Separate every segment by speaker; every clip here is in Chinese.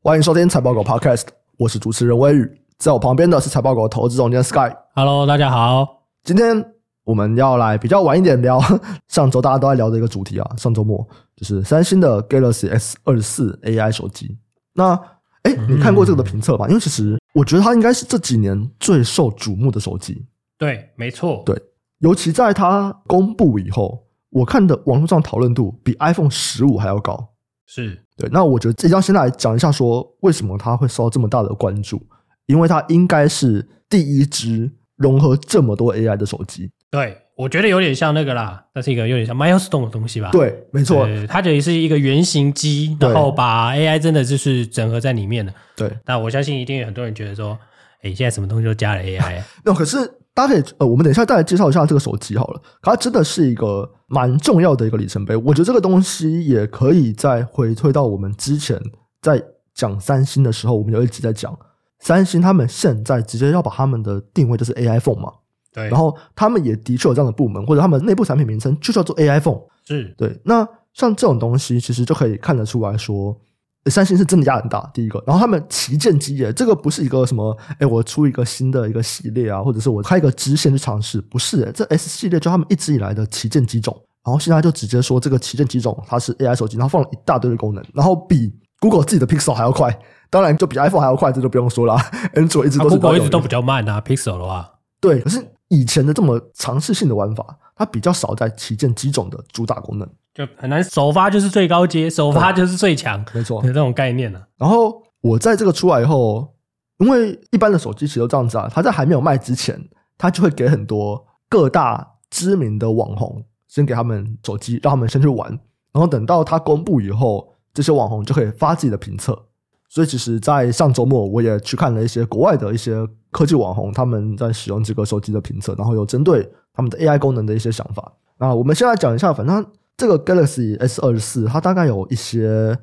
Speaker 1: 欢迎收听财报狗 Podcast，我是主持人微宇，在我旁边的是财报狗投资总监 Sky。
Speaker 2: Hello，大家好。
Speaker 1: 今天我们要来比较晚一点聊 上周大家都在聊的一个主题啊，上周末就是三星的 Galaxy S 二四 AI 手机。那哎，你看过这个的评测吧？因为其实我觉得它应该是这几年最受瞩目的手机，
Speaker 2: 对，没错，
Speaker 1: 对尤其在它公布以后，我看的网络上讨论度比 iPhone 十五还要高。
Speaker 2: 是
Speaker 1: 对，那我觉得这张先来讲一下，说为什么它会受到这么大的关注，因为它应该是第一支融合这么多 AI 的手机。
Speaker 2: 对。我觉得有点像那个啦，那是一个有点像 milestone 的东西吧？
Speaker 1: 对，没错，
Speaker 2: 对，它等于是一个原型机，
Speaker 1: 对
Speaker 2: 然后把 AI 真的就是整合在里面的。
Speaker 1: 对。
Speaker 2: 那我相信一定有很多人觉得说，哎，现在什么东西都加了 AI，
Speaker 1: 那可是大家可以，呃，我们等一下再来介绍一下这个手机好了。可它真的是一个蛮重要的一个里程碑。我觉得这个东西也可以再回推到我们之前在讲三星的时候，我们有一集在讲三星，他们现在直接要把他们的定位就是 AI phone 嘛。
Speaker 2: 对，
Speaker 1: 然后他们也的确有这样的部门，或者他们内部产品名称就叫做 AI phone。
Speaker 2: 是
Speaker 1: 对，那像这种东西，其实就可以看得出来说，呃三星是真的压力很大。第一个，然后他们旗舰机耶，这个不是一个什么，哎，我出一个新的一个系列啊，或者是我开一个支线去尝试，不是耶，这 S 系列就他们一直以来的旗舰机种，然后现在就直接说这个旗舰机种它是 AI 手机，然后放了一大堆的功能，然后比 Google 自己的 Pixel 还要快，当然就比 iPhone 还要快，这就不用说了啊，Android 一直
Speaker 2: 啊
Speaker 1: 都是
Speaker 2: Google 一直都
Speaker 1: 比
Speaker 2: 比较慢啊，Pixel 的话，
Speaker 1: 对，可是以前的这么尝试性的玩法，它比较少在旗舰机种的主打功能，
Speaker 2: 就很难。首发就是最高阶，首发就是最强的
Speaker 1: 没错。
Speaker 2: 这种概念啊呢、
Speaker 1: 然后我在这个出来以后，因为一般的手机其实都这样子啊，它在还没有卖之前，它就会给很多各大知名的网红先给他们手机，让他们先去玩，然后等到它公布以后，这些网红就可以发自己的评测。所以其实，在上周末我也去看了一些国外的一些科技网红，他们在使用这个手机的评测，然后有针对他们的 AI 功能的一些想法。那啊我们先来讲一下，反正这个 Galaxy S 二四它大概有一些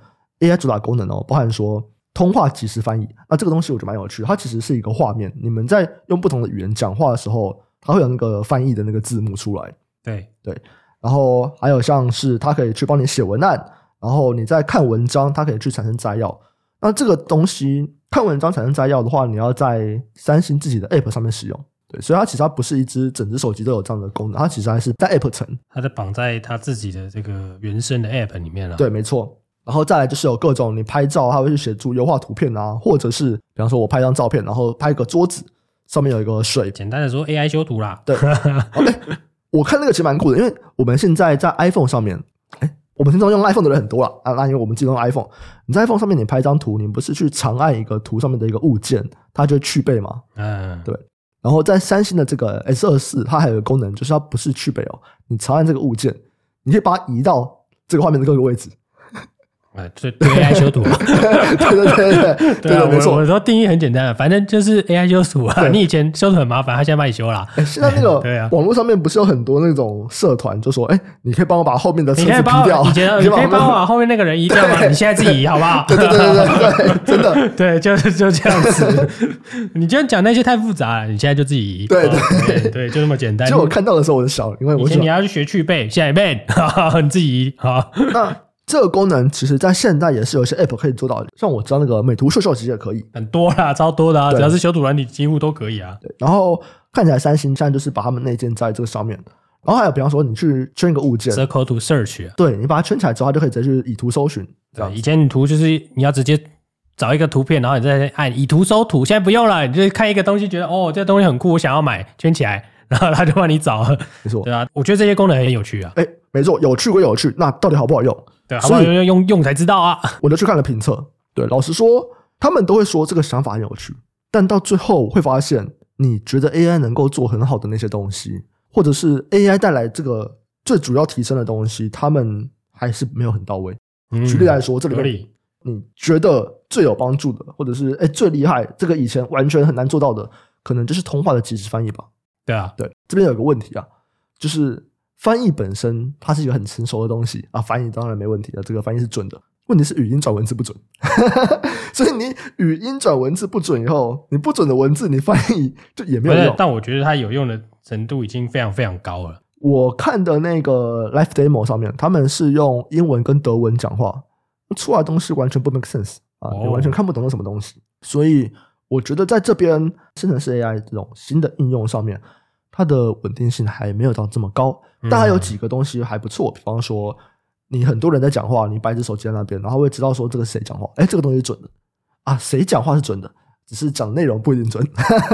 Speaker 1: AI 主打功能哦，包含说通话即时翻译。那这个东西我觉得蛮有趣的，它其实是一个画面，你们在用不同的语言讲话的时候，它会有那个翻译的那个字幕出来。
Speaker 2: 对，
Speaker 1: 然后还有像是它可以去帮你写文案，然后你在看文章，它可以去产生摘要。那这个东西看文章产生摘要的话，你要在三星自己的 App 上面使用。对，所以它其实它不是一只整只手机都有这样的功能，它其实还是在 App 层。
Speaker 2: 它在绑在它自己的这个原生的 App 里面了、啊。
Speaker 1: 对，没错。然后再来就是有各种你拍照，它会去协助优化图片啊，或者是比方说我拍张照片，然后拍个桌子上面有一个水
Speaker 2: 简单的说，AI 修图啦。
Speaker 1: 对 OK，我看那个其实蛮酷的，因为我们现在在 iPhone 上面，哎，我们平常用 iPhone 的人很多了啊，那因为我们自己用 iPhone，你在 iPhone 上面你拍一张图，你不是去长按一个图上面的一个物件，它就会去背嘛。
Speaker 2: 嗯，
Speaker 1: 对然后在三星的这个 S 二四，它还有一个功能，就是它不是去背哦，你长按这个物件，你可以把它移到这个画面的各个位置。
Speaker 2: 哎，对对 AI 修图嘛。
Speaker 1: 对对对对对对
Speaker 2: 啊，
Speaker 1: 对，没
Speaker 2: 我
Speaker 1: 错
Speaker 2: 我。说定义很简单啊，反正就是 AI 修图啊。
Speaker 1: 对
Speaker 2: 你以前修图很麻烦，他现在帮你修 啦。
Speaker 1: 哎现在那个
Speaker 2: 对啊
Speaker 1: 网络上面不是有很多那种社团，就说哎，你可以帮我把后面的车
Speaker 2: 你
Speaker 1: 子
Speaker 2: 可以帮
Speaker 1: 移掉，
Speaker 2: 我，以前
Speaker 1: 你把
Speaker 2: 你可以
Speaker 1: 后面
Speaker 2: 帮我把后面那个人移掉吗？你现在自己移好不 好？
Speaker 1: 对对对对 对对，真的。
Speaker 2: 对，就是就这样子。你今天讲那些太复杂了，你现在就自己移。
Speaker 1: 对
Speaker 2: 哦对对，就这么简单
Speaker 1: 其实。我看到的时候我就笑了，因为
Speaker 2: 以
Speaker 1: 我
Speaker 2: 前
Speaker 1: 想
Speaker 2: 你要去学去背，现在也背，哈哈你自己移好。
Speaker 1: 那这个功能其实在现在也是有一些 app 可以做到的，像我知道那个美图秀秀其实也可以。
Speaker 2: 很多啦，超多的啊，
Speaker 1: 对
Speaker 2: 只要是修图软体，几乎都可以啊。
Speaker 1: 对，然后看起来三星现在就是把他们内建在这个上面，然后还有比方说你去圈一个物件，
Speaker 2: Circle to search 啊
Speaker 1: 对你把它圈起来之后，它就可以直接去以图搜寻这样
Speaker 2: 对，以
Speaker 1: 子。
Speaker 2: 前你图就是你要直接找一个图片，然后你再按以图搜图，现在不用了，你就是看一个东西，觉得哦这个东西很酷，我想要买，圈起来，然后他就帮 你找了，
Speaker 1: 没错
Speaker 2: 对啊，我觉得这些功能很有趣啊，
Speaker 1: 哎，没错，有趣归有趣，那到底好不好用？
Speaker 2: 对啊，好不
Speaker 1: 所以
Speaker 2: 好用用用才知 道啊，
Speaker 1: 我就去看了评测。对，老实说，他们都会说这个想法很有趣，但到最后会发现，你觉得 AI 能够做很好的那些东西，或者是 AI 带来这个最主要提升的东西，他们还是没有很到位。
Speaker 2: 嗯
Speaker 1: 举例来说，这里
Speaker 2: 合
Speaker 1: 面
Speaker 2: 理，
Speaker 1: 你觉得最有帮助的，或者是哎最厉害，这个以前完全很难做到的，可能就是通话的即时翻译吧。
Speaker 2: 对啊，
Speaker 1: 对，这边有个问题啊，就是翻译本身它是一个很成熟的东西啊，翻译当然没问题的，这个翻译是准的。问题是语音转文字不准， 所以你语音转文字不准以后，你不准的文字你翻译就也没
Speaker 2: 不
Speaker 1: 有
Speaker 2: 是
Speaker 1: 用，。
Speaker 2: 但我觉得它有用的程度已经非常非常高了，
Speaker 1: 我看的那个 Life Demo 上面，他们是用英文跟德文讲话，出来的东西完全不 make sense。啊，
Speaker 2: 哦
Speaker 1: 也完全看不懂是什么东西。所以我觉得在这边生成式 AI 这种新的应用上面，它的稳定性还没有到这么高，
Speaker 2: 嗯
Speaker 1: 但还有几个东西还不错，比方说。你很多人在讲话，你摆只手机在那边，然后会知道说这个是谁讲话，哎，这个东西是准的啊，谁讲话是准的，只是讲内容不一定准，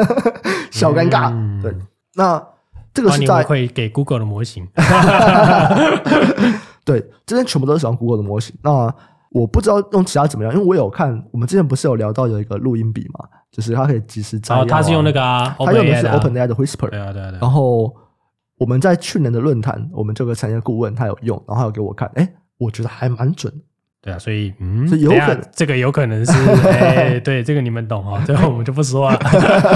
Speaker 1: 小尴尬。
Speaker 2: 嗯
Speaker 1: 对，那这个
Speaker 2: 帮
Speaker 1: 是
Speaker 2: 你
Speaker 1: 在哎
Speaker 2: 回馈给 Google 的 模型。
Speaker 1: 对，这边全部都是使用 Google 的模型。那我不知道用其他怎么样，因为我有看，我们之前不是有聊到有一个录音笔嘛，就是它可以及时摘
Speaker 2: 然
Speaker 1: 要啊、
Speaker 2: 后他是用那个啊
Speaker 1: 它用的
Speaker 2: OpenAI
Speaker 1: 是
Speaker 2: 的啊，
Speaker 1: OpenAI 的 Whisper，、
Speaker 2: 对啊对啊对啊
Speaker 1: 然后我们在去年的论坛，我们这个产业顾问他有用，然后他有给我看，哎，我觉得还蛮准的。
Speaker 2: 对啊，所以嗯，
Speaker 1: 所以有
Speaker 2: 等一下
Speaker 1: 可能
Speaker 2: 这个有可 能是哎，对这个你们懂哦，这个我们就不说了。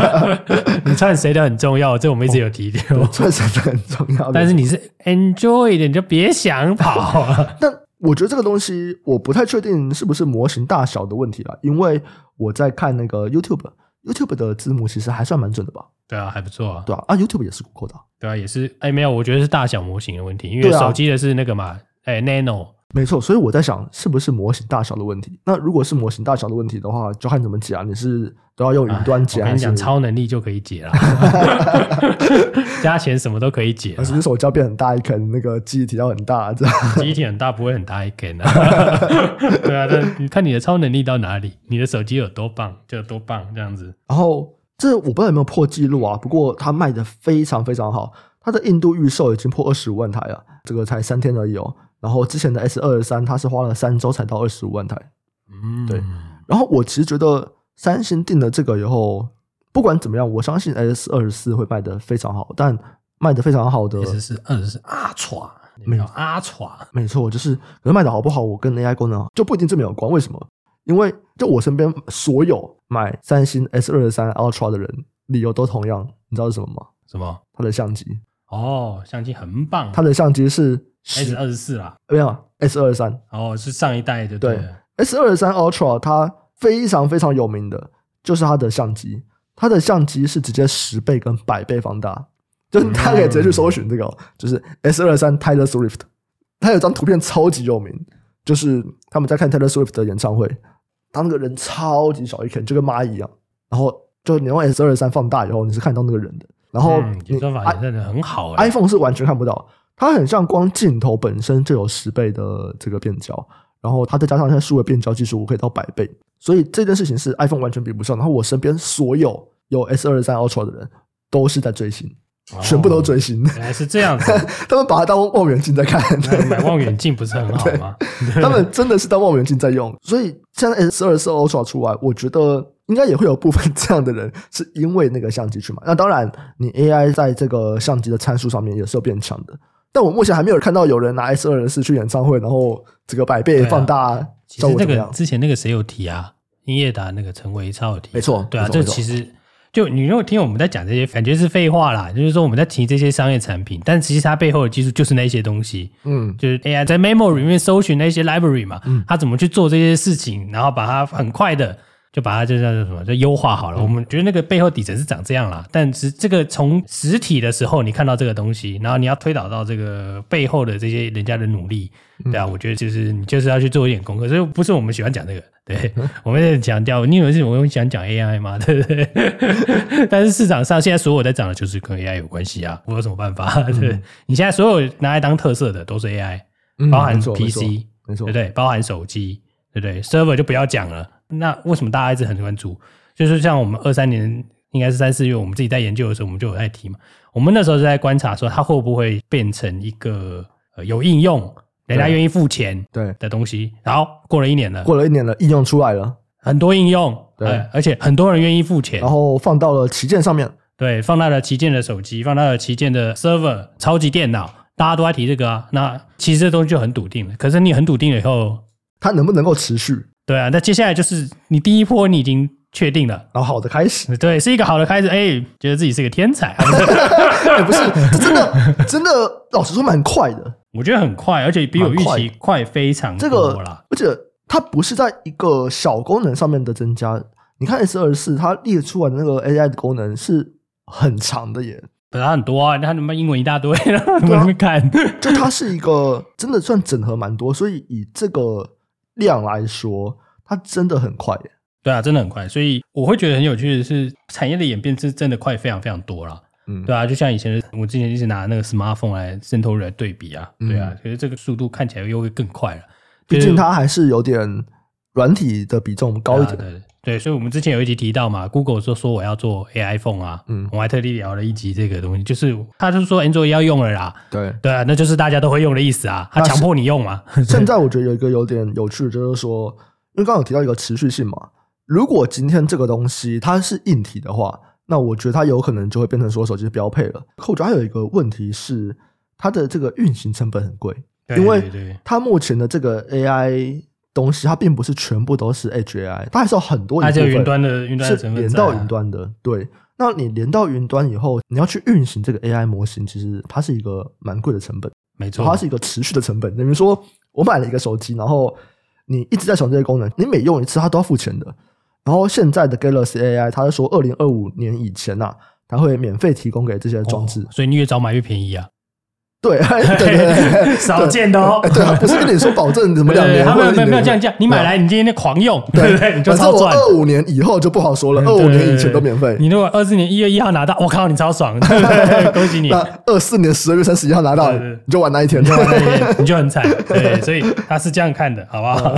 Speaker 2: 你串谁的很重要，这我们一直有提到，
Speaker 1: 这是很重要的。
Speaker 2: 但是你是 enjoy 的，你就别想跑啊。
Speaker 1: 但我觉得这个东西我不太确定是不是模型大小的问题了，因为我在看那个 YouTube。YouTube 的字幕其实还算蛮准的吧，
Speaker 2: 对啊，还不错啊。
Speaker 1: 对吧、啊？YouTube 也是 Google 的啊、
Speaker 2: 对啊，也是哎，没有，我觉得是大小模型的问题，因为
Speaker 1: 对啊
Speaker 2: 手机的是那个嘛，哎 Nano，
Speaker 1: 没错，所以我在想，是不是模型大小的问题？那如果是模型大小的问题的话，就看怎么解啊。你是都要用云端解
Speaker 2: 我
Speaker 1: 还
Speaker 2: 啊跟你
Speaker 1: 是？
Speaker 2: 讲，超能力就可以解 了，加钱什么都可以解啦
Speaker 1: 还。是你手胶变很大一坑，那个记忆体要很大，这样
Speaker 2: 机体很大，不会很大一根啊。 对啊，但你看你的超能力到哪里，你的手机有多棒就有多棒，这样子。
Speaker 1: 然后这我不知道有没有破纪录啊，不过它卖的非常非常好，它的印度预售已经破二十五万台了，这个才三天而已哦。然后之前的 S 二十三，它是花了三周才到二十五万台。
Speaker 2: 嗯，
Speaker 1: 对然后我其实觉得三星定了这个以后，不管怎么样，我相信 S 二十四会卖的非常好，但卖的非常好的
Speaker 2: 其实是二十是阿欻，
Speaker 1: 没
Speaker 2: 没
Speaker 1: 有
Speaker 2: 有阿欻，
Speaker 1: 没错，就是可能卖的好不好，我跟 AI 功能就不一定这么有关。为什么？因为就我身边所有买三星 S 二三 Ultra 的人，理由都同样，你知道是什么吗？
Speaker 2: 什么？
Speaker 1: 它的相机，
Speaker 2: 哦，相机很棒，
Speaker 1: 它的相机是
Speaker 2: S
Speaker 1: 十
Speaker 2: 二十四啦，
Speaker 1: 没有 S 二三
Speaker 2: 哦，是上一代就对
Speaker 1: 对
Speaker 2: 了。
Speaker 1: S 二三 Ultra，它非常非常有名的就是它的相机，它的相机是直接十倍跟百倍放大，就是大家可以直接去搜寻这
Speaker 2: 嗯
Speaker 1: 个哦、就是 S 二三 Taylor Swift，它有张图片超级有名，就是他们在看 Taylor Swift 的演唱会，当那个人超级小一圈，就跟蚂蚁一样，然后就你用 S 二三放大以后，你是看到那个人的，然后
Speaker 2: 嗯，
Speaker 1: 你
Speaker 2: 演算法也真的很好哎。
Speaker 1: iPhone 是完全看不到，它很像光镜头本身就有十倍的这个变焦，然后它再加上它的数位变焦技术可以到百倍，所以这件事情是 iPhone 完全比不上。然后我身边所有有 S 二三 Ultra 的人都是在追星，
Speaker 2: 哦
Speaker 1: 全部都追星，
Speaker 2: 原来是这样子，
Speaker 1: 他们把它当望远镜在看，
Speaker 2: 那买望远镜不是很好吗？
Speaker 1: 他们真的是当望远镜在用。所以现在 S 二四 Ultra 出来，我觉得应该也会有部分这样的人是因为那个相机去买。那 当然，你 AI 在这个相机的参数上面也是有变强的。但我目前还没有看到有人拿 S 二四去演唱会，然后这个百倍
Speaker 2: 对啊
Speaker 1: 放大
Speaker 2: 其
Speaker 1: 效
Speaker 2: 实
Speaker 1: 果
Speaker 2: 那
Speaker 1: 怎么
Speaker 2: 个
Speaker 1: 样？
Speaker 2: 之前那个谁有提啊？英业达那个陈维超有提，
Speaker 1: 没错
Speaker 2: 对啊，
Speaker 1: 没错
Speaker 2: 这
Speaker 1: 没错
Speaker 2: 其实就你如果听我们在讲这些，感觉是废话啦，就是说我们在提这些商业产品，但其实它背后的技术就是那些东西，
Speaker 1: 嗯，
Speaker 2: 就是 AI 在 memory 里面搜寻那些 library 嘛，它怎么去做这些事情，然后把它很快的。就把它就叫做什么，就优化好了。我们觉得那个背后底层是长这样啦，但是这个从实体的时候，你看到这个东西，然后你要推导到这个背后的这些人家的努力，对啊，我觉得就是你就是要去做一点功课，所以不是我们喜欢讲这个，对，我们在强调，你以为是我们喜欢讲 AI 吗？ 对不对？但是市场上现在所有在涨的就是跟 AI 有关系啊，我有什么办法？对不对，你现在所有拿来当特色的都是 AI，
Speaker 1: 嗯
Speaker 2: 包含
Speaker 1: 没错没
Speaker 2: PC，
Speaker 1: 错没错
Speaker 2: 对不，对？包含手机，对不对？server 就不要讲了。那为什么大家一直很关注？就是像我们二三年，应该是三四月，我们自己在研究的时候，我们就有在提嘛。我们那时候是在观察说，它会不会变成一个、呃、有应用，人家
Speaker 1: 对
Speaker 2: 愿意付钱
Speaker 1: 对，
Speaker 2: 的东西。然后过了一年了，
Speaker 1: 过了一年了，应用出来了，
Speaker 2: 很多应用，
Speaker 1: 对哦
Speaker 2: 呃而且很多人愿意付钱
Speaker 1: 然。后放到了旗舰上面。
Speaker 2: 对，放大了旗舰的手机，放大了旗舰的 server、超级电脑，大家都在提这个啊。那其实这东西就很笃定了。可是你很笃定了以后，
Speaker 1: 它能不能够持续？
Speaker 2: 对啊，那接下来就是你第一波你已经确定了，
Speaker 1: 然后好的开始，
Speaker 2: 对，是一个好的开始，哎、觉得自己是个天才，
Speaker 1: 哎，不是，这真的真的，老实说蛮快的。
Speaker 2: 我觉得很快，而且比我预
Speaker 1: 蛮快
Speaker 2: 期快非常
Speaker 1: 这个
Speaker 2: 多啦。，
Speaker 1: 而且它不是在一个小功能上面的增加。你看 S 二四，它列出来的那个 AI 的功能是很长的耶，
Speaker 2: 本来很多啊，他他妈英文一 大堆，然
Speaker 1: 啊
Speaker 2: 后我们看，
Speaker 1: 就它是一个真的算整合蛮多，所以以这个量来说，它真的很快耶。
Speaker 2: 对啊，真的很快，所以我会觉得很有趣的是，产业的演变是真的快，非常非常多了。
Speaker 1: 嗯，
Speaker 2: 对啊，就像以前我之前一直拿那个 smartphone 来渗透来对比啊，对啊
Speaker 1: 嗯，
Speaker 2: 可是这个速度看起来又会更快了，
Speaker 1: 毕
Speaker 2: 就是
Speaker 1: 竟它还是有点软体的比重高一点。
Speaker 2: 对啊对对，所以我们之前有一集提到嘛，Google 说说我要做 AI phone 啊，
Speaker 1: 嗯
Speaker 2: 我还特地聊了一集这个东西，就是他就说 Android 要用了啦，
Speaker 1: 对，
Speaker 2: 对啊，那就是大家都会用的意思啊，他
Speaker 1: 那是
Speaker 2: 强迫你用嘛，
Speaker 1: 现在我觉得有一个有点有趣的，就是说，因为刚刚有提到一个持续性嘛，如果今天这个东西它是硬体的话，那我觉得它有可能就会变成说手机的标配了。可我觉得还有一个问题是，它的这个运行成本很贵，
Speaker 2: 对
Speaker 1: 因为
Speaker 2: 对对
Speaker 1: 它目前的这个
Speaker 2: 嗯
Speaker 1: AI 东西，它并不是全部都是 H AI，它还是有很多一
Speaker 2: 它
Speaker 1: 部
Speaker 2: 就
Speaker 1: 分
Speaker 2: 云端的云端的
Speaker 1: 是
Speaker 2: 成分
Speaker 1: 连
Speaker 2: 在啊
Speaker 1: 到云端的，对。那你连到云端以后，你要去运行这个 AI 模型，其实它是一个蛮贵的成本。
Speaker 2: 没错，
Speaker 1: 它是一个持续的成本。等于说我买了一个手机，然后你一直在使用这些功能，你每用一次它都要付钱的。然后现在的 Galaxy AI，它是说二零二五年以前呐、它会免费提供给这些装置。
Speaker 2: 哦所以你越早买越便宜啊，
Speaker 1: 对对对对对，
Speaker 2: 少见的哦
Speaker 1: 对对啊，不是跟你说保证怎么两
Speaker 2: 对
Speaker 1: 年，
Speaker 2: 没
Speaker 1: 或
Speaker 2: 有
Speaker 1: 者
Speaker 2: 没有没有
Speaker 1: 一年
Speaker 2: 这样这样，你买来你今天狂用，对
Speaker 1: 对
Speaker 2: 不对？你就
Speaker 1: 反
Speaker 2: 超
Speaker 1: 正我
Speaker 2: 赚。
Speaker 1: 二五年以后就不好说 了，二
Speaker 2: 对
Speaker 1: 五
Speaker 2: 对
Speaker 1: 年以前都免费。
Speaker 2: 你如果二四年一月一号拿到，我靠，你超爽， 对对对恭喜你，
Speaker 1: 那二四年十二月三十一号拿到，
Speaker 2: 对对对
Speaker 1: 你就玩那一天。
Speaker 2: 你就很惨。对，所以他是这样看的，好 不好？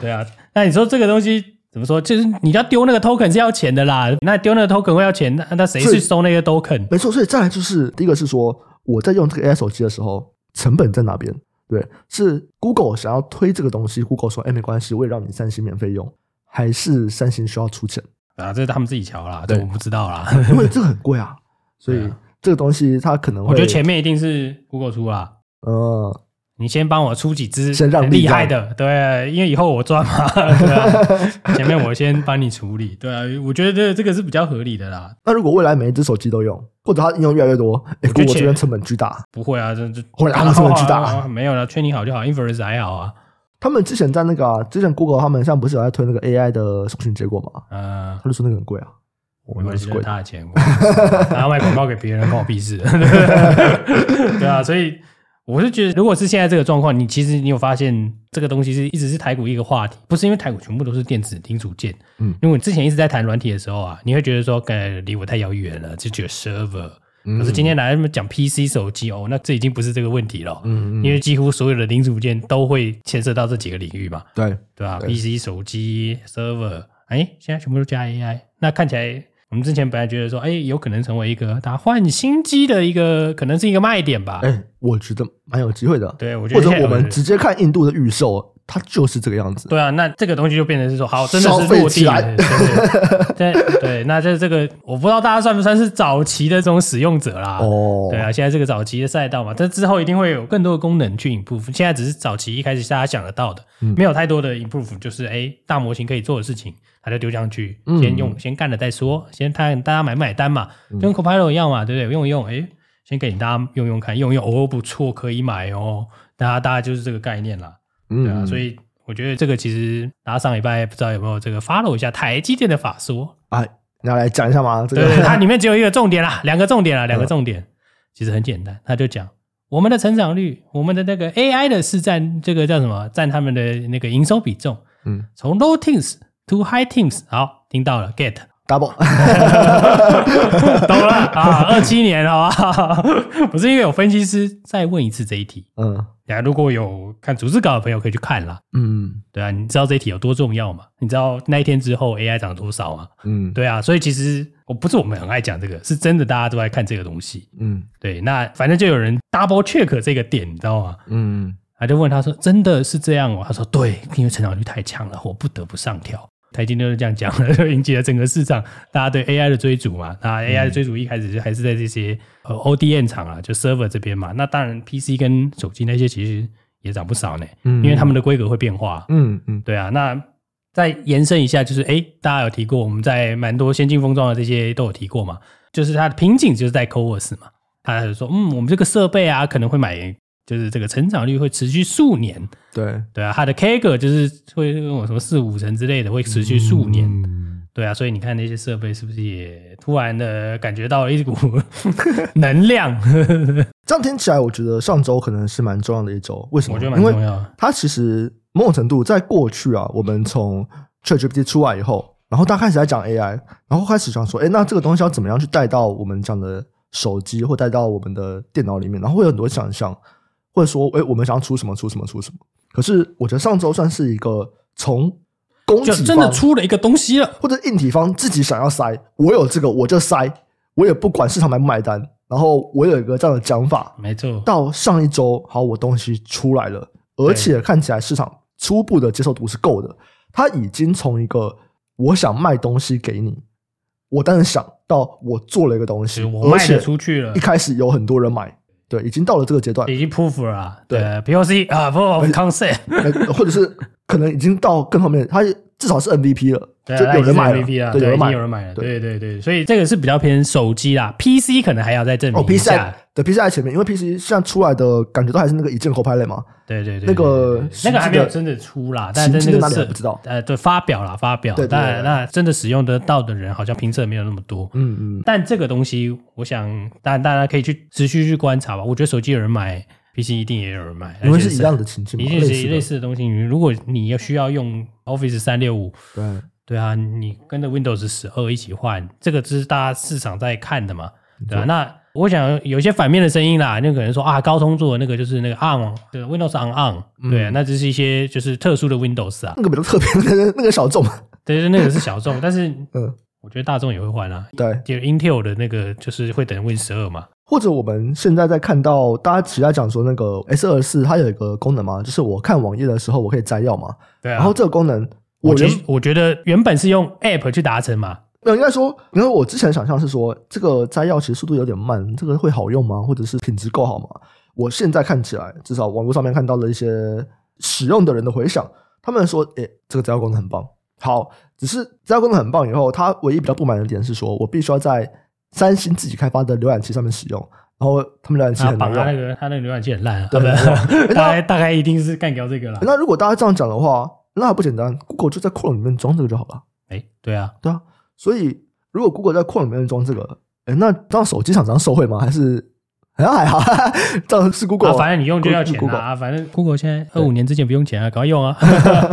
Speaker 2: 对啊，那你说这个东西怎么说？就是你要丢那个 token 是要钱的啦，那丢那个 token 会要钱，那那谁
Speaker 1: 所以
Speaker 2: 去收那个 token？
Speaker 1: 没错，所以再来就是第一个是说，我在用这个 AI 手机的时候，成本在哪边？对，是 Google 想要推这个东西，Google 说，哎，没关系，我也让你三星免费用，还是三星需要出钱？
Speaker 2: 啊，这是他们自己瞧啦，这
Speaker 1: 对
Speaker 2: 我不知道啦。
Speaker 1: 因为这个很贵啊，所
Speaker 2: 对
Speaker 1: 以
Speaker 2: 啊
Speaker 1: 这个东西它可能会，
Speaker 2: 我觉得前面一定是 Google 出啦。
Speaker 1: 呃，
Speaker 2: 你先帮我出几只
Speaker 1: 先让
Speaker 2: 很
Speaker 1: 利
Speaker 2: 厉害
Speaker 1: 这
Speaker 2: 的，对，因为以后我赚嘛，对啊前面我先帮你处理，对啊，我觉得这这个是比较合理的啦，
Speaker 1: 那如果未来每一只手机都用，或者它应用越来越多，哎
Speaker 2: 我觉得
Speaker 1: ，Google 这
Speaker 2: 前
Speaker 1: 边成本巨大。
Speaker 2: 不会啊，这这
Speaker 1: 会啊这么巨大
Speaker 2: 啊 没有了，确定好就好，inverse 还好啊，
Speaker 1: 他们之前在那个、啊，之前 Google 他们现在不是有在推那个 AI 的搜寻结果嘛？
Speaker 2: 呃，
Speaker 1: 他就说那个很贵啊，
Speaker 2: 我
Speaker 1: 我那
Speaker 2: 们
Speaker 1: 个是
Speaker 2: 是
Speaker 1: 贵的。
Speaker 2: 他的钱， 然后卖广告给别人，关我屁事，对啊，所以我是觉得，如果是现在这个状况，你其实你有发现这个东西是一直是台股一个话题，不是因为台股全部都是电子零组件，
Speaker 1: 嗯
Speaker 2: 因为我之前一直在谈软体的时候啊，你会觉得说，哎，离我太遥远了，就只有 server，可
Speaker 1: 嗯
Speaker 2: 是今天来讲 PC 手机哦，那这已经不是这个问题了，
Speaker 1: 嗯，嗯嗯，
Speaker 2: 因为几乎所有的零组件都会牵涉到这几个领域嘛，
Speaker 1: 对，
Speaker 2: 对吧
Speaker 1: 对
Speaker 2: ？PC、手机、server，哎，现在全部都加 AI，那看起来我们之前本来觉得说，哎，有可能成为一个打换新机的一个，可能是一个卖点吧。
Speaker 1: 哎，我觉得蛮有机会的。
Speaker 2: 对，我觉
Speaker 1: 或
Speaker 2: 得
Speaker 1: 者
Speaker 2: 现在
Speaker 1: 我
Speaker 2: 有
Speaker 1: 们
Speaker 2: 人
Speaker 1: 直接看印度的预售，它就是这个样子。
Speaker 2: 对啊，那这个东西就变成是说，好，真的
Speaker 1: 消
Speaker 2: 是
Speaker 1: 费
Speaker 2: 落
Speaker 1: 起
Speaker 2: 地
Speaker 1: 来
Speaker 2: 了，对对对对，那这这个我不知道大家算不算是早期的这种使用者啦。
Speaker 1: 哦，
Speaker 2: 对啊，现在这个早期的赛道嘛，但之后一定会有更多的功能去 improve。现在只是早期一开始大家想得到的，
Speaker 1: 嗯
Speaker 2: 没有太多的 improve，就是哎、大模型可以做的事情，它就丢上去，
Speaker 1: 嗯
Speaker 2: 先用，先干了再说，先看大家买不买单嘛，就跟 Copilot 一样嘛，对不对？用一用，哎、先给大家用用看，用一用，哦，不错，可以买哦。大家大家就是这个概念啦，对啊，
Speaker 1: 嗯
Speaker 2: 所以我觉得这个其实大家上礼拜不知道有没有这个 follow 一下台积电的法说，
Speaker 1: 啊，你要来讲一下吗？这
Speaker 2: 对对，嗯
Speaker 1: 个
Speaker 2: 它里面只有一个重点啦，两个重点啦，两个重点，其实很简单，他就讲我们的成长率，我们的那个 AI 的是占这个叫什么，占他们的那个营收比重，
Speaker 1: 嗯
Speaker 2: 从 low teens to high teens，好，听到了，get。
Speaker 1: double，
Speaker 2: 懂了 啊，二七年好不好？ 不是因为有分析师再问一次这一题，
Speaker 1: 嗯
Speaker 2: 啊，如果有看逐字稿的朋友可以去看啦。
Speaker 1: 嗯
Speaker 2: 对啊，你知道这一题有多重要吗？你知道那一天之后 AI 涨多少吗？
Speaker 1: 嗯
Speaker 2: 对啊，所以其实我不是我们很爱讲这个，是真的大家都在看这个东西。
Speaker 1: 嗯
Speaker 2: 对，那反正就有人 double check 这个点，你知道吗？
Speaker 1: 嗯
Speaker 2: 他就问他说：“真的是这样哦？”他说：“对，因为成长率太强了，我不得不上调。”台积电就是这样讲了， 就引起了整个市场大家对 AI 的追逐嘛。那 AI 的追逐一开始就还是在这些呃 ODM 厂啊，就 server 这边嘛。那当然 PC 跟手机那些其实也涨不少呢，
Speaker 1: 嗯
Speaker 2: 因为他们的规格会变化。
Speaker 1: 嗯嗯
Speaker 2: 对啊，那再延伸一下，就是诶，大家有提过，我们在蛮多先进封装的这些都有提过嘛，就是它的瓶颈就是在 CoWoS 嘛，他就说，嗯，我们这个设备啊，可能会买，就是这个成长率会持续数年，
Speaker 1: 对，
Speaker 2: 对啊，它的 K 个就是会有什么四五成之类的，会持续数年。
Speaker 1: 嗯
Speaker 2: 对啊，所以你看那些设备是不是也突然的感觉到了一股 能 量？
Speaker 1: 这样听起来，我觉得上周可能是蛮重要的一周。为什么？
Speaker 2: 我觉得蛮重
Speaker 1: 因为
Speaker 2: 要的。
Speaker 1: 它其实某种程度，在过去啊，我们从 ChatGPT 出来以后，然后大家开始在讲 AI，然后开始想说，哎，那这个东西要怎么样去带到我们讲的手机或带到我们的电脑里面？然后会有很多想象，或者说，哎，我们想要出什么出什么出什么。可是我觉得上周算是一个从供给
Speaker 2: 就
Speaker 1: 方
Speaker 2: 真的出了一个东西了。
Speaker 1: 或者硬体方自己想要塞，我有这个我就塞，我也不管市场买不买单。然后我有一个这样的讲法，
Speaker 2: 没错，
Speaker 1: 到上一周，好，我东西出来了，而且看起来市场初步的接受度是够的。它已经从一个我想卖东西给你，我当然想到我做了一个东西，
Speaker 2: 我
Speaker 1: 而
Speaker 2: 卖
Speaker 1: 且
Speaker 2: 得出去了
Speaker 1: 一，开始有很多人买，对，已经到了这个阶段，
Speaker 2: 已经 proof 了啊。
Speaker 1: 对
Speaker 2: ，POC 啊，proof of concept，
Speaker 1: 呃或者是可能已经到更后面，它至少是 MVP 了，
Speaker 2: 对
Speaker 1: 就
Speaker 2: 啊，
Speaker 1: 有人买了，
Speaker 2: MVP 啊，
Speaker 1: 对，有人
Speaker 2: 已经
Speaker 1: 买
Speaker 2: 有人买了，
Speaker 1: 对
Speaker 2: 对对对，所以这个是比较偏手机啦，PC 可能还要再证
Speaker 1: 哦
Speaker 2: 明
Speaker 1: ，PCI
Speaker 2: 一下。
Speaker 1: 对 PCI 前面，因为 PC 现在出来的感觉都还是那个一键 Copilot 嘛，
Speaker 2: 对对对，
Speaker 1: 那个
Speaker 2: 对对对
Speaker 1: 实
Speaker 2: 那
Speaker 1: 际的
Speaker 2: 个还没有真的出啦，但
Speaker 1: 实
Speaker 2: 但
Speaker 1: 际
Speaker 2: 那
Speaker 1: 的
Speaker 2: 个
Speaker 1: 版本
Speaker 2: 是
Speaker 1: 不知道
Speaker 2: 呃，对，发表啦，发表，
Speaker 1: 对对对
Speaker 2: 但那真的使用得到的人好像评测没有那么多。
Speaker 1: 嗯嗯，
Speaker 2: 但这个东西，我想，当然大家可以去持续去观察吧。我觉得手机有人买，PC 一定也有人买，
Speaker 1: 因为是
Speaker 2: 而且
Speaker 1: 一样的情境嘛，
Speaker 2: 一定
Speaker 1: 类
Speaker 2: 是
Speaker 1: 似
Speaker 2: 类
Speaker 1: 的，
Speaker 2: 似的东西。你如果你要需要用 Office 三六五，
Speaker 1: 对。
Speaker 2: 对啊，你跟着 Windows 十二一起换，这个是大家市场在看的嘛，对啊，那我想有一些反面的声音啦，那可能说啊，高通做的那个就是那个 on，对，Windows on
Speaker 1: 嗯
Speaker 2: on，对啊、那只是一些就是特殊的 Windows 啊，
Speaker 1: 那个比较特别，那个那个小众，
Speaker 2: 对，就那个是 小众，但是
Speaker 1: 嗯，
Speaker 2: 我觉得大众也会换啊，
Speaker 1: 对。
Speaker 2: 就 Intel 的那个就是会等 Win 十二嘛，
Speaker 1: 或者我们现在在看到大家其实在讲说那个 S 二四，它有一个功能嘛，就是我看网页的时候我可以摘要嘛。
Speaker 2: 对啊，
Speaker 1: 然后这个功能，我
Speaker 2: 我
Speaker 1: 原
Speaker 2: 其实我觉得原本是用 App 去达成嘛，
Speaker 1: 没呃有应该说，因为我之前想象是说这个摘要其实速度有点慢，这个会好用吗？或者是品质够好吗？我现在看起来，至少网络上面看到了一些使用的人的回响，他们说，诶、这个摘要功能很棒。好，只是摘要功能很棒以后，它唯一比较不满的点是说，我必须要在三星自己开发的浏览器上面使用，然后他们浏览器
Speaker 2: 啊，
Speaker 1: 很难
Speaker 2: 绑
Speaker 1: 用
Speaker 2: 他。那个他那个浏览器很烂啊，
Speaker 1: 对
Speaker 2: 啊不 是
Speaker 1: 那
Speaker 2: 大概大概一定是干掉这个啦，
Speaker 1: 那如果大家这样讲的话，那还不简单？Google 就在 Chrome 里面装这个就好了，
Speaker 2: 哎，对啊，
Speaker 1: 对啊。所以如果 Google 在 Chrome 里面装这个，哎，那这样手机厂商受惠吗？还是好像还好， 这样是 Google，、
Speaker 2: 啊，反正你用就要钱
Speaker 1: Google
Speaker 2: 啊，反正 Google 现在二五年之前不用钱啊，赶快用啊，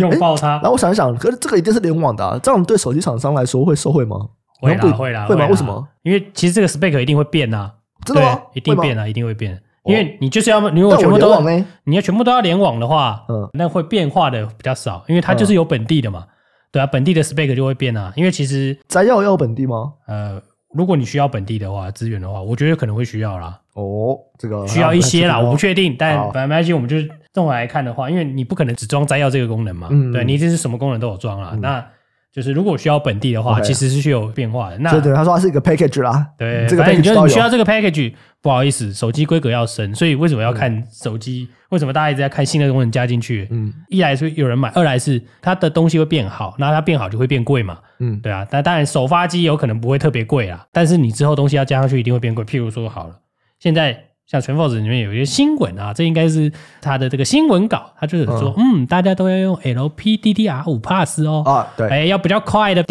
Speaker 2: 用爆它
Speaker 1: 然。后我想一想，可是这个一定是联网的、啊，这样对手机厂商来说会受惠吗？
Speaker 2: 会
Speaker 1: 好像
Speaker 2: 啦，
Speaker 1: 不
Speaker 2: 会啦，
Speaker 1: 哎会吗？
Speaker 2: 啦
Speaker 1: 为什么？？
Speaker 2: 因为其实这个 spec 一定会变呐，
Speaker 1: 真的吗？
Speaker 2: 对一定
Speaker 1: 会
Speaker 2: 变
Speaker 1: 吗。
Speaker 2: 啊，一定会
Speaker 1: 哦
Speaker 2: 变。因为你就是要，如果
Speaker 1: 但
Speaker 2: 全
Speaker 1: 我
Speaker 2: 部
Speaker 1: 联
Speaker 2: 都
Speaker 1: 网呢？
Speaker 2: 你要全部都要联网的话，
Speaker 1: 嗯
Speaker 2: 那会变化的比较少，因为它就是有本地的嘛，对啊，本地的 spec 就会变啊。因为其实
Speaker 1: 摘要要本地吗？
Speaker 2: 呃，如果你需要本地的话，资源的话，我觉得可能会需要啦，
Speaker 1: 哦，这个 哦
Speaker 2: 需要一些啦，我不确定，但
Speaker 1: 好
Speaker 2: 反正没关系，我们就是综合来看的话，因为你不可能只装摘要这个功能嘛，
Speaker 1: 嗯
Speaker 2: 对你一定是什么功能都有装啦。那就是如果需要本地的话，
Speaker 1: OK
Speaker 2: 其实是需有变化的。那
Speaker 1: 对对，他说它是一个 package 啦，
Speaker 2: 啊对，
Speaker 1: 这个
Speaker 2: 反正你
Speaker 1: package
Speaker 2: 就
Speaker 1: 都
Speaker 2: 你
Speaker 1: 有
Speaker 2: 需要这个 package，不好意思，手机规格要升，所以为什么要看手机？为什么大家一直在看新的功能加进去？
Speaker 1: 嗯
Speaker 2: 一来是有人买，二来是它的东西会变好，那它变好就会变贵嘛。
Speaker 1: 嗯，
Speaker 2: 对啊，但当然首发机有可能不会特别贵啦，但是你之后东西要加上去一定会变贵。譬如说好了，现在像全 Force 里面有一些新闻啊，这应该是它的这个新闻稿，它就是说，嗯大家都要用 LPDDR 五 Plus 哦。
Speaker 1: 啊，对，
Speaker 2: 哎，要比较快的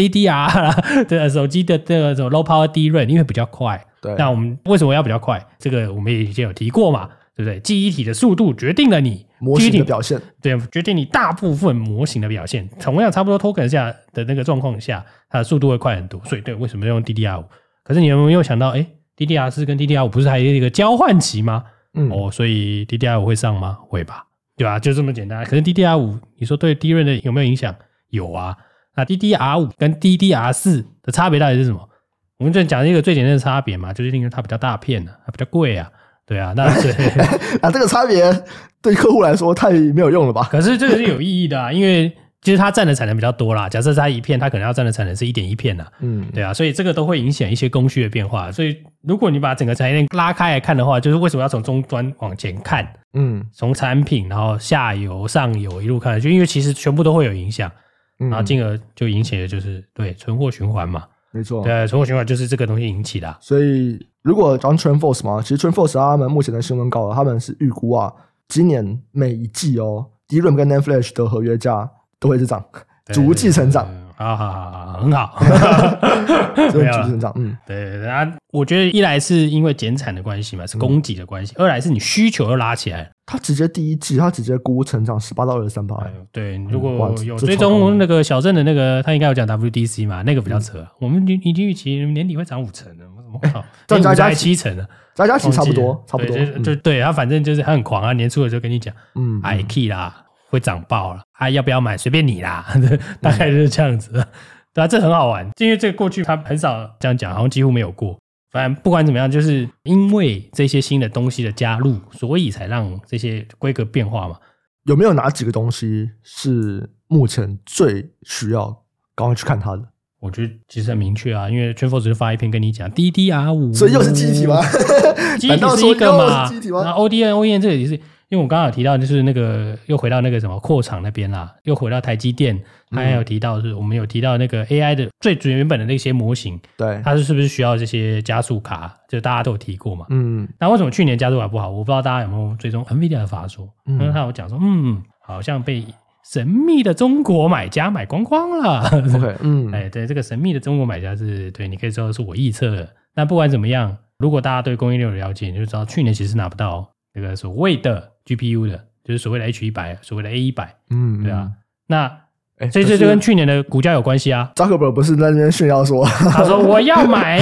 Speaker 2: DDR 对手机的这个什么 low power DRAM，因为比较快。
Speaker 1: 对
Speaker 2: 那我们为什么要比较快？这个我们也已经有提过嘛，对不对？记忆体的速度决定了你
Speaker 1: 模
Speaker 2: 记忆
Speaker 1: 型
Speaker 2: 体
Speaker 1: 的表现，
Speaker 2: 对，决定你大部分模型的表现。同样差不多 token 下的那个状况下，它的速度会快很多。所以对，为什么要用 DDR 五？可是你有没有想到，哎，DDR 四跟 DDR 五不是还有一个交换期吗？
Speaker 1: 嗯，
Speaker 2: 哦，所以 DDR 五会上吗？会吧，对吧、就这么简单。啊可是 DDR 五，你说对 DRAM 的有没有影响？有啊。那 DDR 五跟 DDR 四的差别到底是什么？我们就讲一个最简单的差别嘛，就是因为它比较大片啊，它比较贵啊，对啊，那 对。
Speaker 1: 啊，这个差别对客户来说太没有用了吧？
Speaker 2: 可是这个是有意义的啊，因 为其实它占的产能比较多啦。假设它一片，它可能要占的产能是一点一片呐、
Speaker 1: 嗯，
Speaker 2: 对啊，所以这个都会影响一些供需的变化。所以如果你把整个产业链拉开来看的话，就是为什么要从终端往前看，
Speaker 1: 嗯
Speaker 2: 从产品然后下游、上游一路看，就因为其实全部都会有影响，然后
Speaker 1: 嗯，
Speaker 2: 啊进而就引起的就是对存货循环嘛。
Speaker 1: 没错。
Speaker 2: 对啊，存货循环就是这个东西引起的啊、
Speaker 1: 所以如果讲 TrendForce 嘛，其实 TrendForce 他们目前的新闻稿，他们是预估啊，今年每一季哦，DRAM 跟 NAND Flash 的合约价都会是涨，
Speaker 2: 对
Speaker 1: 逐季成长，
Speaker 2: 嗯好好好好，很好。
Speaker 1: 逐
Speaker 2: 没
Speaker 1: 季
Speaker 2: 有啦
Speaker 1: 成长。嗯，
Speaker 2: 对，然后啊我觉得一来是因为减产的关系嘛，是供给的关系；二来是你需求又拉起来了。
Speaker 1: 他直接第一季，他直接估成长十八到二十三趴，
Speaker 2: 哎呦对，如
Speaker 1: 嗯哇
Speaker 2: 果
Speaker 1: 这
Speaker 2: 有
Speaker 1: 这
Speaker 2: 追
Speaker 1: 超高了
Speaker 2: 踪那个小镇的那个，他应该有讲 WDC 嘛，那个比较扯。啊我们已已经预期年底会涨五成的，我怎么靠？
Speaker 1: 这样
Speaker 2: 连
Speaker 1: 加
Speaker 2: 五
Speaker 1: 加
Speaker 2: 还
Speaker 1: 起
Speaker 2: 七成呢？
Speaker 1: 大家其实差不
Speaker 2: 忘
Speaker 1: 多
Speaker 2: 记了，
Speaker 1: 差不多
Speaker 2: 对，就就对他，反正就是他很狂啊，年初的时候跟你讲，
Speaker 1: 嗯嗯
Speaker 2: 哎 key 啦，会涨爆了，啊，要不要买随便你啦， 大概就是这样子。对啊，这很好玩，因为这个过去他很少这样讲，好像几乎没有过。反正不管怎么样，就是因为这些新的东西的加入，所以才让这些规格变化嘛。
Speaker 1: 有没有哪几个东西是目前最需要赶快去看它的？
Speaker 2: 我觉得其实很明确啊，因为 t r a v e l 只是发一篇跟你讲啊 DDR 五，
Speaker 1: 所以又是记忆体吗
Speaker 2: 记忆
Speaker 1: 难
Speaker 2: 嗯体
Speaker 1: 道
Speaker 2: 是
Speaker 1: 说
Speaker 2: 一个嘛
Speaker 1: 又是记忆体吗
Speaker 2: 那 ODN OEM E 这个也是，因为我刚刚有提到，就是那个又回到那个什么扩厂那边啦，又回到台积电，它
Speaker 1: 嗯
Speaker 2: 还有提到是我们有提到那个 AI 的最最原本的那些模型，
Speaker 1: 对，
Speaker 2: 它是是不是需要这些加速卡？就大家都有提过嘛。
Speaker 1: 嗯，
Speaker 2: 那为什么去年加速卡不好？我不知道大家有没有追踪 NVIDIA 的法说，
Speaker 1: 嗯
Speaker 2: 因为他有讲说，嗯，好像被神秘的中国买家买光光了。
Speaker 1: OK，嗯，
Speaker 2: 哎，对，这个神秘的中国买家是对，你可以说是我臆测的。那不管怎么样，如果大家对供应链有了解，你就知道去年其实拿不到那个所谓的 GPU 的，就是所谓的 H 一百，所谓的 A 一百，
Speaker 1: 嗯，
Speaker 2: 对啊。那
Speaker 1: 哎，
Speaker 2: 所以这就跟去年的股价有关系啊。
Speaker 1: 扎克伯格不是在那边炫耀说，
Speaker 2: 他说我要买，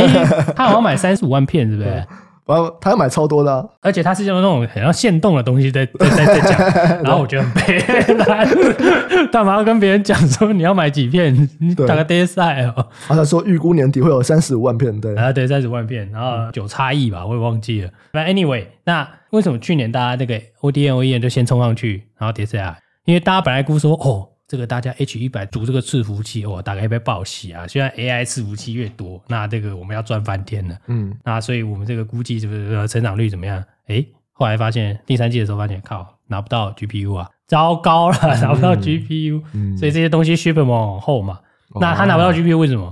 Speaker 2: 他好像买三十五万片，是不是？
Speaker 1: 完他要买超多的啊、
Speaker 2: 而且他是用那种很像限动的东西在在在在 讲，然后我觉得很悲 然，干嘛要跟别人讲说你要买几片？你
Speaker 1: 对
Speaker 2: 打个 day 赛哦。
Speaker 1: 然后他说预估年底会有三十五万片，对，
Speaker 2: 啊，对，三十万片，然后九差异吧，我也忘记了。反正 anyway，那为什么去年大家那个 ODN、OEM E 就先冲上去，然后跌下来？因为大家本来估说，哦，这个大家 H 一百组这个伺服器，哦，大概被报喜啊。虽然 AI 伺服器越多，那这个我们要赚翻天了。
Speaker 1: 嗯，
Speaker 2: 那所以我们这个估计是不是呃成长率怎么样？诶，后来发现第三季的时候发现，靠，拿不到 GPU 啊，糟糕了，拿不到 GPU，、
Speaker 1: 嗯
Speaker 2: 所以这些东西 shipment 往后嘛。
Speaker 1: 哦
Speaker 2: 那他拿不到 GPU 为什么？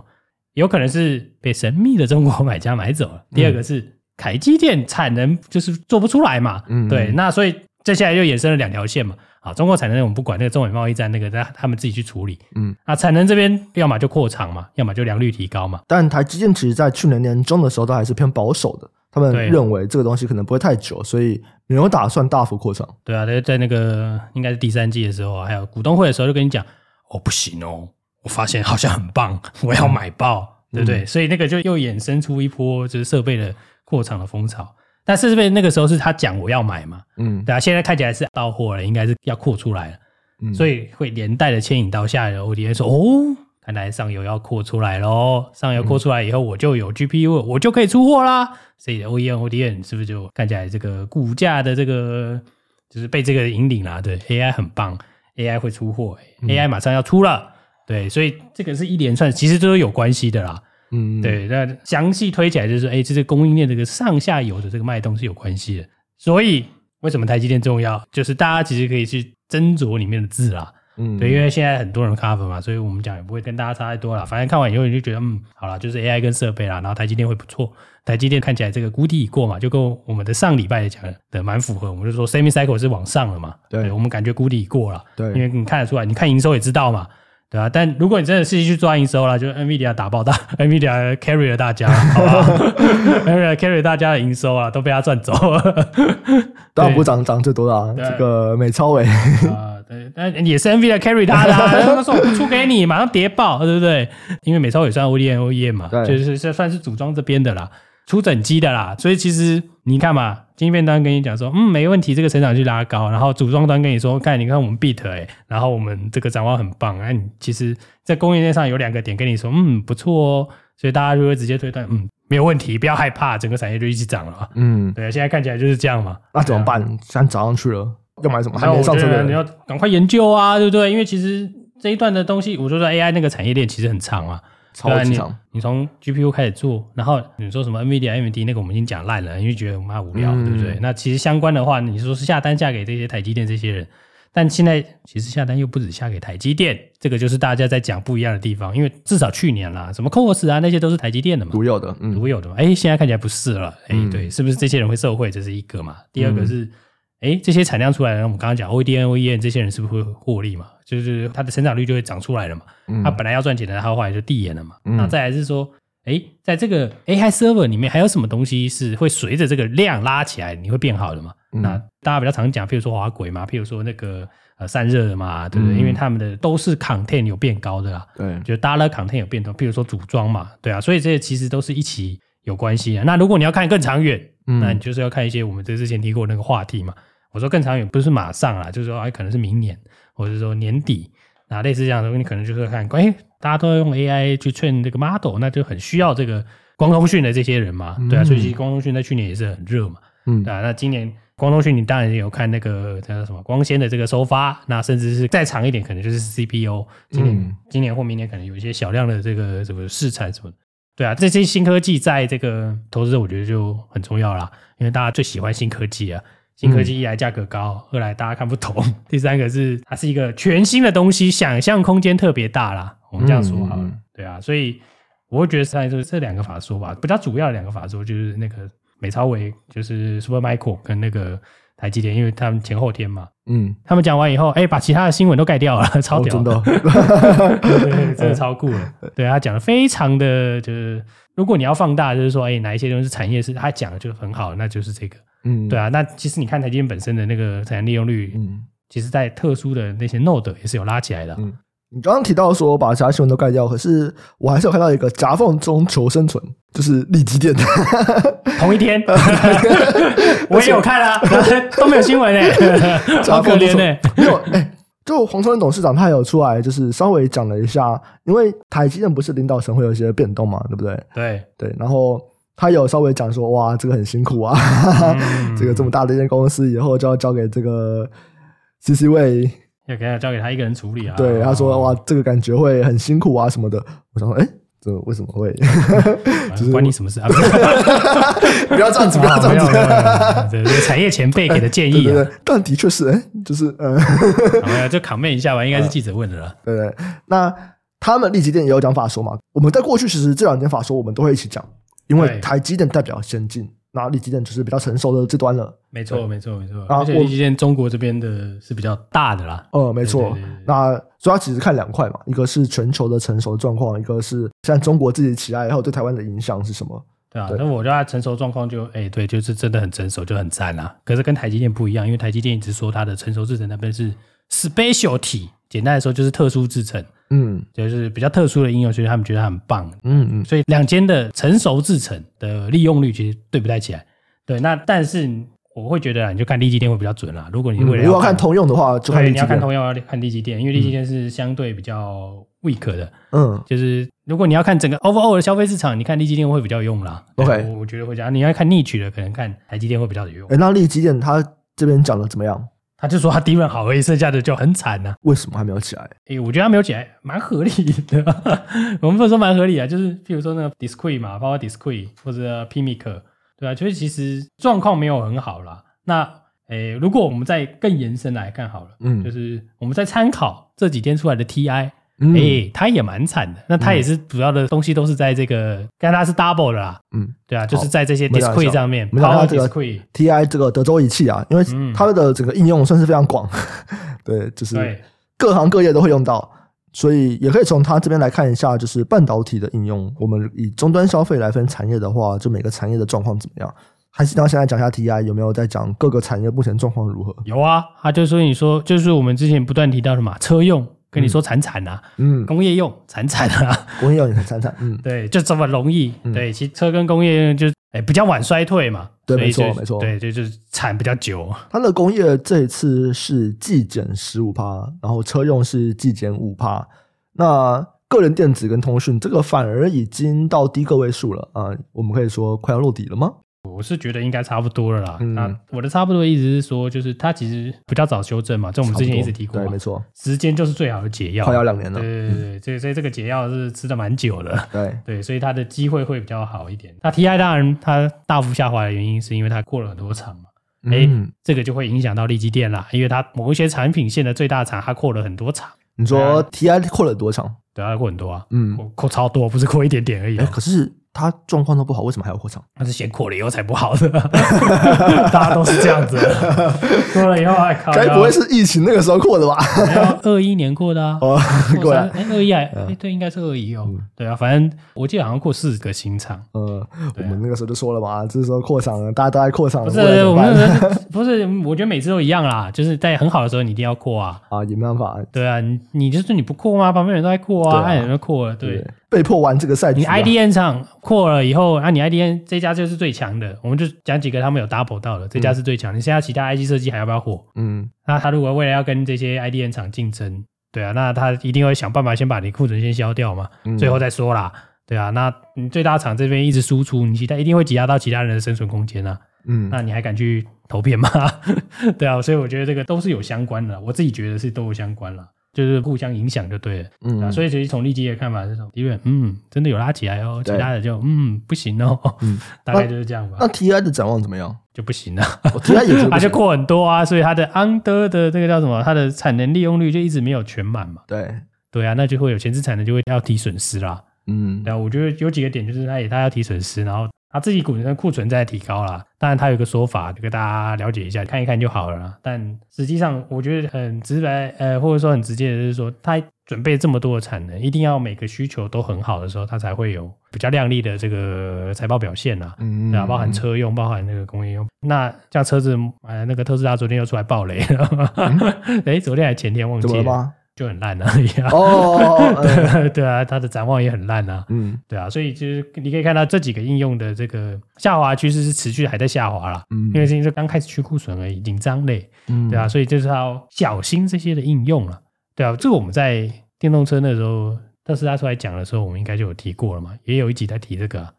Speaker 2: 有可能是被神秘的中国买家买走了。第
Speaker 1: 嗯
Speaker 2: 二个是凯基电产能就是做不出来嘛，
Speaker 1: 嗯
Speaker 2: 对，那所以接下来就衍生了两条线嘛。啊，中国产能我们不管，那个中美贸易战那个，他他们自己去处理。
Speaker 1: 嗯，
Speaker 2: 啊，产能这边要么就扩厂嘛，要么就良率提高嘛。
Speaker 1: 但台积电其实在去年年中的时候都还是偏保守的，他们
Speaker 2: 对啊
Speaker 1: 认为这个东西可能不会太久，所以没有打算大幅扩张。
Speaker 2: 对啊，在在那个应该是第三季的时候啊，还有股东会的时候，就跟你讲，哦，不行哦，我发现好像很棒，我要买爆，对不对？所以那个就又衍生出一波就是设备的扩厂的风潮。但是被那个时候是他讲我要买嘛，
Speaker 1: 嗯，
Speaker 2: 对啊，现在看起来是到货了，应该是要扩出来了，
Speaker 1: 嗯
Speaker 2: 所以会连带的牵引到下游 ODA 说，哦，看来上游要扩出来喽，上游扩出来以后，我就有 GPU，了、我就可以出货啦。所以 E OEM、ODM 是不是就看起来这个股价的这个就是被这个引领啦？对，AI 很棒，AI 会出货、AI
Speaker 1: 嗯
Speaker 2: 马上要出了，对，所以这个是一连串，其实都是有关系的啦。
Speaker 1: 嗯，
Speaker 2: 对，那详细推起来就是，哎，这是供应链这个上下游的这个脉动是有关系的。所以为什么台积电重要？就是大家其实可以去斟酌里面的字啦。
Speaker 1: 嗯，
Speaker 2: 对，因为现在很多人 cover 嘛，所以我们讲也不会跟大家差太多啦。反正看完以后你就觉得，嗯，好啦，就是 AI 跟设备啦，然后台积电会不错。台积电看起来这个谷底已过嘛，就跟我们的上礼拜讲的蛮符合。我们就说 semi cycle 是往上了嘛，
Speaker 1: 对
Speaker 2: 我们感觉谷底已过了。
Speaker 1: 对
Speaker 2: 因为你看得出来，你看营收也知道嘛，对啊，但如果你真的是去抓营收了，就 NVIDIA 打爆大，NVIDIA carry 了大家，好 吧？NVIDIA carry 大家的营收啊，都被他赚走了。
Speaker 1: 当然不涨涨最多啦，
Speaker 2: 对
Speaker 1: 这个美超 伟，
Speaker 2: 啊，对，但也是 NVIDIA carry 他的、啊，他说我不出给你，马上跌爆，对不对？因为美超也算 ODM OEM 嘛，
Speaker 1: 对
Speaker 2: 就是这算是组装这边的啦，出整机的啦，所以其实你看嘛，晶片端跟你讲说，嗯，没问题，这个成长率拉高，然后组装端跟你说，嗯看你看我们 beat 哎、然后我们这个展望很棒，哎、你其实在供应链上有两个点跟你说，嗯，不错哦，所以大家就会直接推断，嗯，没有问题，不要害怕，整个产业就一起涨了嘛。
Speaker 1: 嗯，
Speaker 2: 对，现在看起来就是这样嘛。
Speaker 1: 那怎么办？现在涨上去了，要买什么？还
Speaker 2: 那啊我
Speaker 1: 没
Speaker 2: 觉
Speaker 1: 上车
Speaker 2: 得
Speaker 1: 的
Speaker 2: 哦啊你要
Speaker 1: 人，
Speaker 2: 赶快研究啊，对不对？因为其实这一段的东西，我就说 AI 那个产业链其实很长啊，
Speaker 1: 超级
Speaker 2: 对啊
Speaker 1: 涨，
Speaker 2: 你你从 GPU 开始做，然后你说什么 NVIDIA、AMD 那个我们已经讲烂了，因为觉得妈无聊，
Speaker 1: 嗯
Speaker 2: 对不对？那其实相关的话，你说是下单下给这些台积电这些人，但现在其实下单又不止下给台积电，这个就是大家在讲不一样的地方，因为至少去年啦，什么 CoS 啊那些都是台积电的嘛，
Speaker 1: 独有的，嗯，
Speaker 2: 独有的嘛。哎，现在看起来不是了，哎
Speaker 1: 嗯，
Speaker 2: 对，是不是这些人会受惠？这是一个嘛。第二个是，哎，这些产量出来了，我们刚刚讲 E OEM、OEM 这些人是不是会获利嘛？就是它的成长率就会长出来了嘛。
Speaker 1: 嗯
Speaker 2: 它本来要赚钱的，它后来就递延了嘛。
Speaker 1: 嗯
Speaker 2: 那再来是说，哎，在这个 AI server 里面还有什么东西是会随着这个量拉起来，你会变好的吗？
Speaker 3: 嗯
Speaker 2: 那大家比较常讲，譬如说滑轨嘛，譬如说那个呃散热嘛，对不对？
Speaker 3: 嗯
Speaker 2: 因为他们的都是 content 有变高的啦，
Speaker 1: 嗯
Speaker 3: 对，
Speaker 2: 就是大家 content 有变动，譬如说组装嘛，对啊，所以这些其实都是一起有关系啊的。那如果你要看更长远，
Speaker 3: 嗯
Speaker 2: 那你就是要看一些我们这之前提过的那个话题嘛。我说更长远不是马上啦，就是说哎，可能是明年，或者是说年底，那类似这样的，你可能就是看，哎，大家都要用 AI 去 train 这个 model，那就很需要这个光通讯的这些人嘛，对啊，所以其实光通讯在去年也是很热嘛，
Speaker 3: 嗯
Speaker 2: 对啊，那今年光通讯你当然也有看那个叫什么光纤的这个收发，那甚至是再长一点，可能就是 CPU。今年、
Speaker 3: 嗯
Speaker 2: 今年或明年可能有一些小量的这个什么试产什么的。对啊，这些新科技在这个投资，我觉得就很重要啦，因为大家最喜欢新科技啊。新科
Speaker 3: 嗯
Speaker 2: 技一来价格高，二来大家看不懂， 第三个是它是一个全新的东西，想象空间特别大啦。我们这样说好了，
Speaker 3: 嗯嗯嗯
Speaker 2: 对啊，所以我会觉得在这这两个法说吧，比较主要的两个法说就是那个美超维，就是 Super Micro 跟那个台积电，因为他们前后天嘛，
Speaker 3: 嗯，
Speaker 2: 他们讲完以后，哎、把其他的新闻都盖掉了， 超
Speaker 1: 哦
Speaker 2: 屌、
Speaker 1: 真的哦，
Speaker 2: 对对对，真的 超酷 了。对啊他讲的非常的就是，如果你要放大，就是说，哎、哪一些东西是产业是他讲的就很好，那就是这个。
Speaker 3: 嗯，
Speaker 2: 对啊，那其实你看台积电本身的那个产业利用率，
Speaker 3: 嗯，
Speaker 2: 其实在特殊的那些 node 也是有拉起来的。
Speaker 3: 嗯
Speaker 1: 你刚刚提到说把其他新闻都盖掉，可是我还是有看到一个夹缝中求生存，就是利基店。
Speaker 2: 同一天，我也有看啊，都没有新闻哎、好可怜哎、
Speaker 1: 没有，哎、就黄崇仁董事长他有出来，就是稍微讲了一下，因为台积电不是领导层会有一些变动嘛，对不对？
Speaker 2: 对，
Speaker 1: 对，然后他有稍微讲说，哇，这个很辛苦啊，
Speaker 2: 嗯
Speaker 1: 这个这么大的一间公司以后就要交给这个 CC 位。
Speaker 2: 要给他交给他一个人处理啊。
Speaker 1: 对，他说，哇，这个感觉会很辛苦啊什么的。我想说，哎、这为什么会？
Speaker 2: 就是关你什么事啊？不
Speaker 1: 不要这样子，不
Speaker 2: 啊
Speaker 1: 要这样子。
Speaker 2: 子，对对，产业前辈给的建
Speaker 1: 对
Speaker 2: 议
Speaker 1: 对
Speaker 2: 啊
Speaker 1: 对，，但的确是，哎、就是，嗯，
Speaker 2: 好没有就 comment 一下吧，应该是记者问的了。
Speaker 1: 对对。那他们立即店也有讲法说嘛，我们在过去其实这两间法说我们都会一起讲，因为
Speaker 2: 对
Speaker 1: 台积电代表先进，那立基电就是比较成熟的这端了。
Speaker 2: 没错，没错，没错。
Speaker 1: 啊
Speaker 2: 而且
Speaker 1: 我
Speaker 2: 立基电中国这边的是比较大的啦。
Speaker 1: 呃，没错。
Speaker 2: 对对对对
Speaker 1: 那主要其实看两块嘛，一个是全球的成熟状况，一个是像中国自己起来以后对台湾的影响是什么。
Speaker 2: 对啊，
Speaker 1: 对
Speaker 2: 那我觉得它成熟状况就，哎、对，就是真的很成熟，就很赞啊。可是跟台积电不一样，因为台积电一直说它的成熟制程那边是 specialty，简单来说就是特殊制程，
Speaker 1: 嗯
Speaker 2: 就是比较特殊的应用，所以他们觉得它很棒。
Speaker 1: 嗯嗯，
Speaker 2: 所以两间的成熟制程的利用率其实对不太起来。对，那但是我会觉得啊，你就看利基电会比较准啦。如果你
Speaker 1: 嗯如
Speaker 2: 为了
Speaker 1: 果要看通用的话，就看
Speaker 2: 对，
Speaker 1: 立
Speaker 2: 你
Speaker 1: 基
Speaker 2: 要看
Speaker 1: 电。
Speaker 2: 同样要看利基电，因为利基电是相对比较 weak 的。
Speaker 1: 嗯
Speaker 2: 就是如果你要看整个 overall 的消费市场，你看利基电会比较有用啦。对
Speaker 1: OK
Speaker 2: 我我觉得会这样。你要看逆取的，可能看台积电会比较有用
Speaker 1: 哎、。那立基电他这边讲的怎么样？
Speaker 2: 他就说他低润好而已，剩下的就很惨啊呐、
Speaker 1: 为什么还没有起来？
Speaker 2: 诶、我觉得他没有起来，蛮合理的。 我们不能说蛮合理啊，就是譬如说那个 Discrete 嘛，包括 Discrete 或者 PMIC，对啊，就是其实状况没有很好啦。那诶、如果我们再更延伸来看好了，
Speaker 1: 嗯
Speaker 2: 就是我们再参考这几天出来的 TI，
Speaker 1: 嗯
Speaker 2: 哎、他也蛮惨的。那他也是主要的东西都是在这个，但他是 double 的啦，
Speaker 1: 嗯
Speaker 2: 对啊，就是在这些
Speaker 1: 我们讲一下
Speaker 2: discrete 上面
Speaker 1: 我们讲一下
Speaker 2: ，power
Speaker 1: 这个
Speaker 2: discrete，
Speaker 1: TI 这个德州仪器啊，因为
Speaker 2: 嗯
Speaker 1: 它的整个应用算是非常广， 对，就是
Speaker 2: 对，
Speaker 1: 各行各业都会用到，所以也可以从它这边来看一下，就是半导体的应用。我们以终端消费来分产业的话，就每个产业的状况怎么样？还是到现在讲一下 TI 有没有在讲各个产业目前状况如何？
Speaker 2: 有啊，他就说你说就是我们之前不断提到的嘛，车用跟你说惨惨啊，
Speaker 1: 嗯，
Speaker 2: 工业用惨惨啊，
Speaker 1: 工业用也很惨惨，嗯，
Speaker 2: 对，就这么容易，
Speaker 1: 嗯
Speaker 2: 对，其实车跟工业用就哎比较晚衰退嘛，
Speaker 1: 对
Speaker 2: 所以
Speaker 1: 没错
Speaker 2: 就是
Speaker 1: 没错
Speaker 2: 对，就就是惨比较久，
Speaker 1: 它的工业这一次是季减十五趴，然后车用是季减五趴。那个人电子跟通讯这个反而已经到低个位数了啊、我们可以说快要落底了吗？
Speaker 2: 我是觉得应该差不多了啦。
Speaker 1: 嗯
Speaker 2: 那我的差不多的意思是说，就是它其实比较早修正嘛，这我们之前一直提过
Speaker 1: 对，
Speaker 2: 嘛
Speaker 1: 没，错，
Speaker 2: 时间就是最好的解药，
Speaker 1: 快要两年了
Speaker 2: 对。对对对，所以所以这个解药是吃的蛮久的，
Speaker 1: 对，
Speaker 2: 对，所以它的机会会比较好一点。那 TI 当然它大幅下滑的原因是因为它过了很多场嘛，哎、
Speaker 1: 嗯，
Speaker 2: 这个就会影响到利基店啦，因为它某一些产品线的最大厂它扩了很多厂，
Speaker 1: 你说 TI 扩了多长？
Speaker 2: 对，它扩很多啊，
Speaker 1: 嗯
Speaker 2: 扩扩超多，不是扩一点点而已、
Speaker 1: 哎，
Speaker 2: 哦。
Speaker 1: 可是他状况都不好，为什么还要扩厂？
Speaker 2: 那是先扩了以后才不好的， 大家都是这样子的。扩了以后，哎靠，
Speaker 1: 该不会是疫情那个时候扩的吧？
Speaker 2: 啊二一年过的啊？
Speaker 1: 哦，
Speaker 2: 过
Speaker 1: 果然，
Speaker 2: 哎，二一还哎，对，应该是二一哦。对啊，反正我记得好像过四个新厂。
Speaker 1: 呃，我们那个时候就说了嘛，啊这时候扩厂了，大家都在扩厂了，
Speaker 2: 啊不
Speaker 1: 不然
Speaker 2: 是，
Speaker 1: 怎么
Speaker 2: 我
Speaker 1: 办
Speaker 2: 们那时候不是，我觉得每次都一样啦，就是在很好的时候你一定要扩啊。
Speaker 1: 啊，也没办法，
Speaker 2: 对啊，你你就是你不扩吗？旁边人都在扩
Speaker 1: 对
Speaker 2: 啊，
Speaker 1: 啊
Speaker 2: 那人都扩了，对。
Speaker 1: 被迫玩这个赛
Speaker 2: 你
Speaker 1: 局啊。
Speaker 2: IDN 厂扩了以后，啊，你 IDN 这家就是最强的，我们就讲几个他们有 double 到的，这家是最强。你现在其他 IG 设计还要不要火？
Speaker 1: 嗯，
Speaker 2: 那他如果未来要跟这些 IDN 厂竞争，对啊，那他一定会想办法先把你库存先消掉嘛，
Speaker 1: 嗯
Speaker 2: 最后再说啦，对啊，那你最大厂这边一直输出，你其他一定会挤压到其他人的生存空间啊，
Speaker 1: 嗯，
Speaker 2: 那你还敢去投片吗？ 对啊，所以我觉得这个都是有相关的，我自己觉得是都有相关了。就是互相影响就对了，
Speaker 1: 嗯
Speaker 2: 对啊，所以其实从利基的看法是什么？迪润，嗯，真的有拉起来哦，其
Speaker 1: 对
Speaker 2: 他的就嗯不行哦，
Speaker 1: 嗯
Speaker 2: 大概就是这样吧
Speaker 1: 那，TI 的展望怎么样？
Speaker 2: 就不 行了。
Speaker 1: 我 TI 也觉 得不
Speaker 2: 它
Speaker 1: 行
Speaker 2: 就扩很多啊，所以它的 under 的这个叫什么，它的产能利用率就一直没有全满嘛。
Speaker 1: 对，
Speaker 2: 对啊，那就会有前置产能就会要提损失啦。
Speaker 1: 嗯
Speaker 2: 对啊，我觉得有几个点就是它也它要提损失，然后它自己股的库存在提高啦。当然它有一个说法，就跟大家了解一下，看一看就好了啦。但实际上我觉得很直白，呃，或者说很直接的就是说，它准备这么多的产能，一定要每个需求都很好的时候，它才会有比较亮丽的这个财报表现啦。
Speaker 1: 嗯
Speaker 2: 对啊，包含，车用，包含那个工业用。那像车子，呃，那个特斯拉昨天又出来爆雷了， 哎、昨天还前天忘
Speaker 1: 怎
Speaker 2: 记
Speaker 1: 么了 吗？
Speaker 2: 就很烂而已啊。
Speaker 1: 哦哦， 哦呃
Speaker 2: 对对啊，它的展望也很烂啊。
Speaker 1: 嗯
Speaker 2: 对啊，所以就是你可以看到这几个应用的这个下滑趋势是持续还在下滑啦，
Speaker 1: 嗯，
Speaker 2: 因为现在刚开始去库存而已，紧张嘞，
Speaker 1: 嗯
Speaker 2: 对啊，，所以就是要小心这些的应用了，对啊，这个我们在电动车那时候特斯拉出来讲的时候，我们应该就有提过了嘛，也有一集在提这个啊、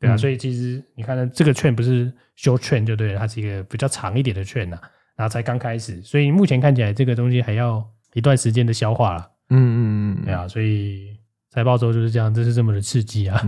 Speaker 2: 对啊，
Speaker 1: 嗯
Speaker 2: 所以其实你看这个券不是 short 券就对了，它是一个比较长一点的券呐、然后才刚开始，所以目前看起来这个东西还要一段时间的消化了，
Speaker 1: 嗯嗯嗯，
Speaker 2: 对啊，所以财报周就是这样，这是这么的刺激啊。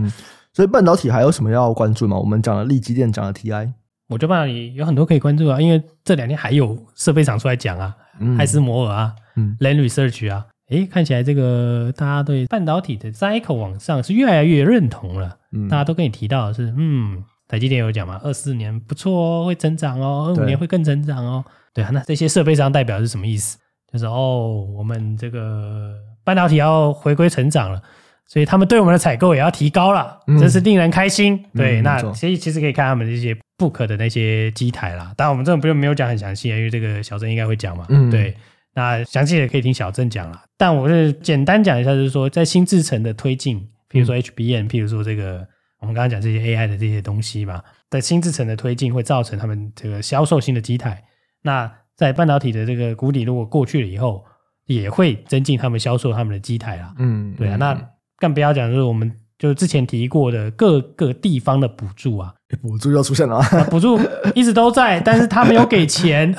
Speaker 1: 所以半导体还有什么要关注吗？我们讲了力基电，讲了 TI，
Speaker 2: 我觉得半导体有很多可以关注啊，因为这两天还有设备厂出来讲啊，
Speaker 1: 嗯
Speaker 2: 艾斯摩尔啊、
Speaker 1: 嗯
Speaker 2: l a n Research 啊，诶，看起来这个大家对半导体的 cycle 往上是越来越认同了，
Speaker 1: 嗯
Speaker 2: 大家都跟你提到的是，嗯，台积电有讲嘛，二四年不错哦，会增长哦，二
Speaker 1: 对
Speaker 2: 五年会更增长哦，对啊，那这些设备商代表是什么意思？就是哦，我们这个半导体要回归成长了。所以他们对我们的采购也要提高了，
Speaker 1: 嗯
Speaker 2: 真是令人开心。对，
Speaker 1: 嗯没
Speaker 2: 那
Speaker 1: 错
Speaker 2: 所以其实可以看他们这些 book 的那些机台啦。当然我们这种不就没有讲很详细，因为这个小郑应该会讲嘛。
Speaker 1: 嗯
Speaker 2: 对，那详细也可以听小郑讲啦。但我是简单讲一下，就是说在新制程的推进，
Speaker 1: 嗯
Speaker 2: 譬如说 HBM，、譬如说这个我们刚刚讲这些 AI 的这些东西嘛，在新制程的推进会造成他们这个销售新的机台。那在半导体的这个谷底如果过去了以后，也会增进他们销售他们的机台啦。
Speaker 1: 嗯
Speaker 2: 对啊，那更不要讲，就是我们就之前提过的各个地方的补助啊，
Speaker 1: 补助哎又出现了啊，
Speaker 2: 啊补助一直都在，但是他没有给钱，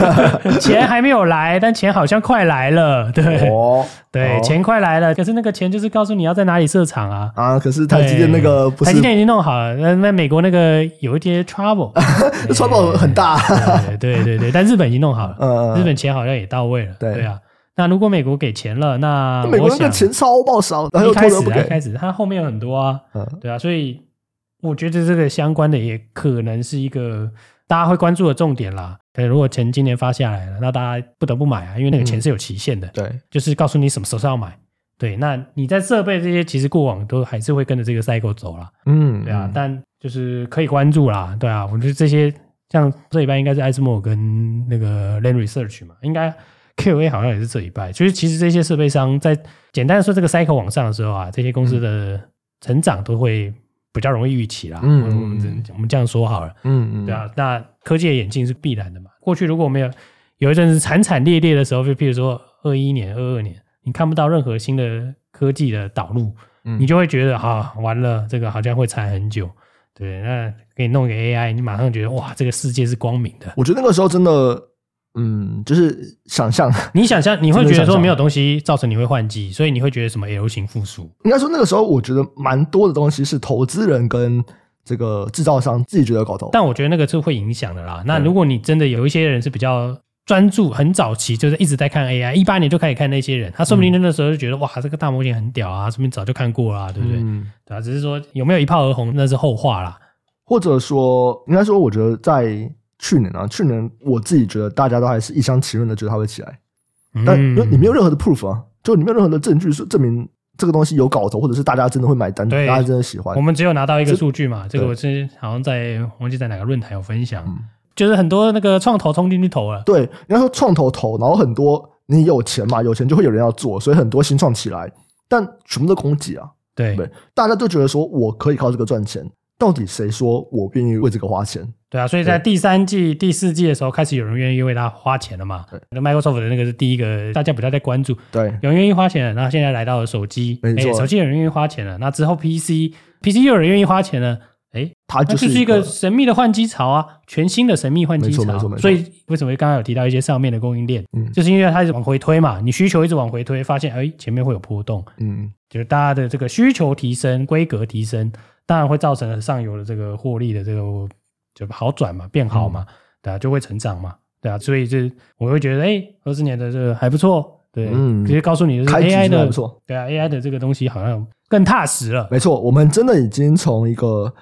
Speaker 2: 钱还没有来，但钱好像快来了， 对、
Speaker 1: 哦，
Speaker 2: 对，
Speaker 1: 哦
Speaker 2: 钱快来了，可是那个钱就是告诉你要在哪里设厂啊。
Speaker 1: 啊，可是台积电那个不
Speaker 2: 对台
Speaker 1: 是
Speaker 2: 积，电已经弄好了，那那美国那个有一些 trouble，
Speaker 1: 这川普很大，
Speaker 2: 对对对对，但日本已经弄好了，
Speaker 1: 呃，
Speaker 2: 日本钱好像也到位了，
Speaker 1: 对
Speaker 2: 对啊。那如果美国给钱了，那
Speaker 1: 美国
Speaker 2: 啊我
Speaker 1: 那个
Speaker 2: 想
Speaker 1: 钱超爆少，然后又
Speaker 2: 一
Speaker 1: 拖
Speaker 2: 开始
Speaker 1: 着不
Speaker 2: 啊一
Speaker 1: 给，
Speaker 2: 开始，它后面有很多啊，
Speaker 1: 嗯
Speaker 2: 对啊，所以我觉得这个相关的也可能是一个大家会关注的重点啦。对，如果钱今年发下来了，那大家不得不买啊，因为那个钱是有期限的，
Speaker 1: 对，
Speaker 2: 就是告诉你什么时候要买。对，那你在设备这些，其实过往都还是会跟着这个 cycle 走啦。
Speaker 1: 嗯，
Speaker 2: 对啊，但就是可以关注啦，对啊，我觉得这些像这礼拜应该是艾斯莫跟那个 Land Research 嘛，应该 QA 好像也是这礼拜，就是其实这些设备商在简单的说这个 cycle 往上的时候啊，这些公司的成长都会比较容易预期啦。
Speaker 1: 嗯
Speaker 2: 我我们只能我们这样说好了，
Speaker 1: 嗯嗯，
Speaker 2: 对啊，那科技的演进是必然的嘛，过去如果没有有一阵子惨惨烈烈的时候，就譬如说二一年、二二年，你看不到任何新的科技的导入，
Speaker 1: 嗯
Speaker 2: 你就会觉得啊，完了，这个好像会缠很久。对，那给你弄一个 AI，你马上觉得哇，这个世界是光明的。
Speaker 1: 我觉得那个时候真的，嗯，就是想象，
Speaker 2: 你想象，你会
Speaker 1: 真
Speaker 2: 觉
Speaker 1: 的
Speaker 2: 得
Speaker 1: 想
Speaker 2: 说
Speaker 1: 象
Speaker 2: 没有东西造成你会换季，所以你会觉得什么 L 型复苏，
Speaker 1: 应该说那个时候，我觉得蛮多的东西是投资人跟这个制造商自己觉得有搞头，
Speaker 2: 但我觉得那个是会影响的啦。那
Speaker 1: 对
Speaker 2: 如果你真的有一些人是比较专注很早期，就是一直在看 AI，一八年就开始看那些人，他说不定那时候就觉得、哇，这个大模型很屌啊，说不定早就看过啦、对不对？
Speaker 3: 嗯
Speaker 2: 对啊，只是说有没有一炮而红，那是后话啦。
Speaker 1: 或者说，应该说，我觉得在去年啊，去年我自己觉得大家都还是一厢情愿的觉得它会起来，
Speaker 2: 嗯
Speaker 1: 但因为你没有任何的 proof 啊，就你没有任何的证据是证明这个东西有搞头，或者是大家真的会买单，大
Speaker 2: 对
Speaker 1: 家真的喜欢
Speaker 2: 我。们只有拿到一个数据嘛，这个
Speaker 1: 对嗯
Speaker 2: 我是好像在忘记在哪个论坛有分享，就是很多那个创投冲进去投了，
Speaker 1: 对，应该说创投投，然后很多你有钱嘛，有钱就会有人要做，所以很多新创起来，但全部都空姐啊，
Speaker 2: 对
Speaker 1: 对，大家都觉得说我可以靠这个赚钱，到底谁说我愿意为这个花钱？
Speaker 2: 对啊，所以在第三季、第四季的时候，开始有人愿意为他花钱了嘛
Speaker 1: 对？
Speaker 2: 那 Microsoft 的那个是第一个，大家比较在关注，
Speaker 1: 对，
Speaker 2: 有人愿意花钱了，那现在来到了手机，
Speaker 1: 没错
Speaker 2: 哎手机有人愿意花钱了，那之后 PC，PC 又有人愿意花钱了，哎，
Speaker 1: 它
Speaker 2: 那
Speaker 1: 就
Speaker 2: 就是是一个神秘的换机潮啊，全新的神秘换机
Speaker 1: 没错没错
Speaker 2: 潮。
Speaker 1: 没错
Speaker 2: 所以为什么刚刚有提到一些上面的供应链，
Speaker 1: 嗯
Speaker 2: 就是因为它一直往回推嘛，你需求一直往回推，发现哎前面会有波动，
Speaker 1: 嗯，
Speaker 2: 就是大家的这个需求提升、规格提升，当然会造成上游的这个获利的这个就好转嘛，变好
Speaker 1: 嗯
Speaker 2: 嘛，对啊，就会成长嘛，对啊，所以这我会觉得，哎，二十年的这个还不错，对，
Speaker 1: 嗯
Speaker 2: 直接告诉你就是
Speaker 1: 开局
Speaker 2: AI
Speaker 1: 真的
Speaker 2: 的
Speaker 1: 还不错，
Speaker 2: 对啊，AI 的这个东西好像更踏实了，
Speaker 1: 没错，我们真的已经从一个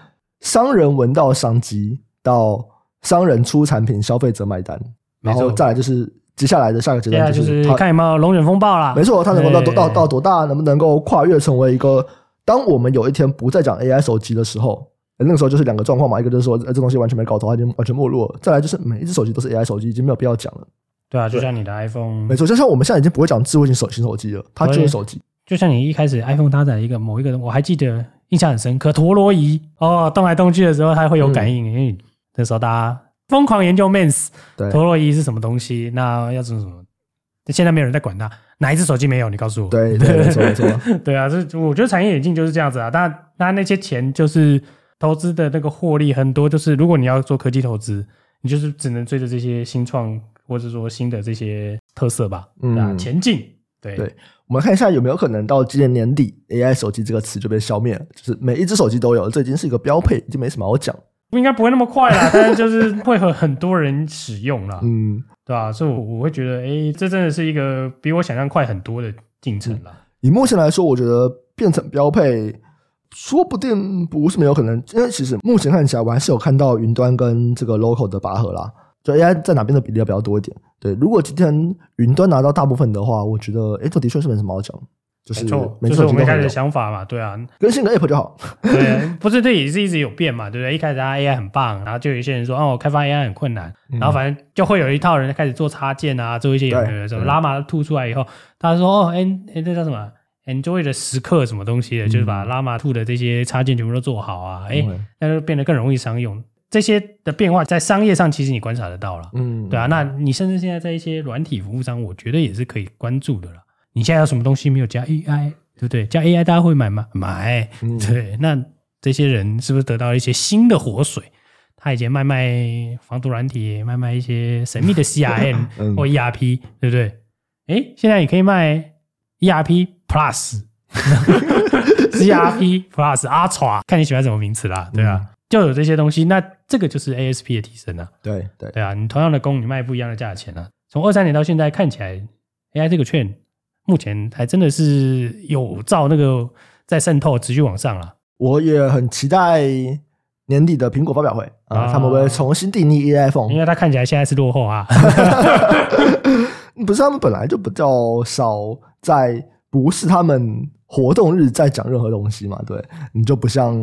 Speaker 1: 商人闻到商机，到商人出产品，消费者买单，
Speaker 2: 没
Speaker 1: 然
Speaker 2: 错
Speaker 1: 后再来就是接下来的下个阶
Speaker 2: 接下
Speaker 1: 段
Speaker 2: 来就是
Speaker 1: 它
Speaker 2: 看有没有龙卷风暴啦，
Speaker 1: 没错，它能够到多
Speaker 2: 对
Speaker 1: 到到多大，能不能够跨越成为一个？当我们有一天不再讲 AI 手机的时候，呃那个时候就是两个状况嘛，一个就是说、呃、这东西完全没搞头，它已经完全没落了；再来就是每一只手机都是 AI 手机，已经没有必要讲了。
Speaker 2: 对啊，就像你的 iPhone，
Speaker 1: 没错，就像我们现在已经不会讲智慧型手型手机了，它就是
Speaker 2: 对
Speaker 1: 手机。
Speaker 2: 就像你一开始 iPhone 搭载一个某一个人，我还记得印象很深刻，陀螺仪哦，动来动去的时候它会有感
Speaker 1: 嗯
Speaker 2: 应，因为那时候大家疯狂研究 Mens
Speaker 1: 对
Speaker 2: 陀螺仪是什么东西，那要怎么怎么，现在没有人在管它，哪一只手机没有？你告诉我。
Speaker 1: 对对，没错没错。
Speaker 2: 对啊，这我觉得产业演进就是这样子啊，那那那些钱就是投资的那个获利很多，就是如果你要做科技投资，你就是只能追着这些新创或者说新的这些特色吧，
Speaker 1: 嗯
Speaker 2: 对啊，前进。对
Speaker 1: 对我们看一下有没有可能到今年年底，AI 手机这个词就被消灭了，就是每一只手机都有，这已经是一个标配，已经没什么好讲。
Speaker 2: 应该不会那么快 啦，但是就是会和很多人使用啦，
Speaker 1: 嗯，
Speaker 2: 对吧、所以我我会觉得，哎，这真的是一个比我想象快很多的进程啦。
Speaker 1: 以目前来说，我觉得变成标配，说不定不是没有可能，因为其实目前看起来，我还是有看到云端跟这个 local 的拔河啦。就 AI 在哪边的比例要比较多一点？对，如果今天云端拿到大部分的话，我觉得哎，这的确是没什么好讲，嗯就是
Speaker 2: 没错，
Speaker 1: 每
Speaker 2: 就
Speaker 1: 次手
Speaker 2: 是我
Speaker 1: 机
Speaker 2: 们
Speaker 1: 都
Speaker 2: 一开
Speaker 1: 很
Speaker 2: 始
Speaker 1: 有
Speaker 2: 的想法嘛，对啊，
Speaker 1: 更新个 app 就好。
Speaker 2: 对， 不是，这也是一直有变嘛，对不对？一开始大家 AI 很棒，然后就有一些人说，哦，开发 AI 很困难，
Speaker 1: 嗯
Speaker 2: 然后反正就会有一套人开始做插件啊，做一些有的没有的什么
Speaker 1: 对
Speaker 2: 拉马吐出来以后，他说，哦，哎哎，这叫什么？Enjoy 的时刻什么东西的，就是把拉马吐的这些插件全部都做好啊，哎，
Speaker 1: 嗯
Speaker 2: 那就变得更容易商用。这些的变化在商业上其实你观察得到了，
Speaker 1: 嗯，
Speaker 2: 对啊，那你甚至现在在一些软体服务商，我觉得也是可以关注的了。你现在有什么东西没有加 AI，对不对？加 AI 大家会买吗？买，
Speaker 1: 嗯
Speaker 2: 对。那这些人是不是得到一些新的活水？他以前卖卖防毒软体，卖卖一些神 秘的 CRM
Speaker 1: 嗯
Speaker 2: 或 ERP，、对不对？诶，现在你可以卖 ERP Plus、CRP Plus、阿 r 看你喜欢什么名词啦，对啊，
Speaker 1: 嗯
Speaker 2: 就有这些东西。那这个就是 ASP 的提升啊。
Speaker 1: 对对，
Speaker 2: 对啊，你同样的工，你卖不一样的价钱啊。从二三年到现在，看起来 AI 这个券目前还真的是有照那个在渗透，持续往上啊了。
Speaker 1: 我也很期待年底的苹果发表会啊，
Speaker 2: 啊
Speaker 1: 他们会重新定义 AI phone
Speaker 2: 因。为它看起来现在是落后啊，
Speaker 1: 不是他们本来就比较少在不是他们活动日在讲任何东西嘛？对，你就不像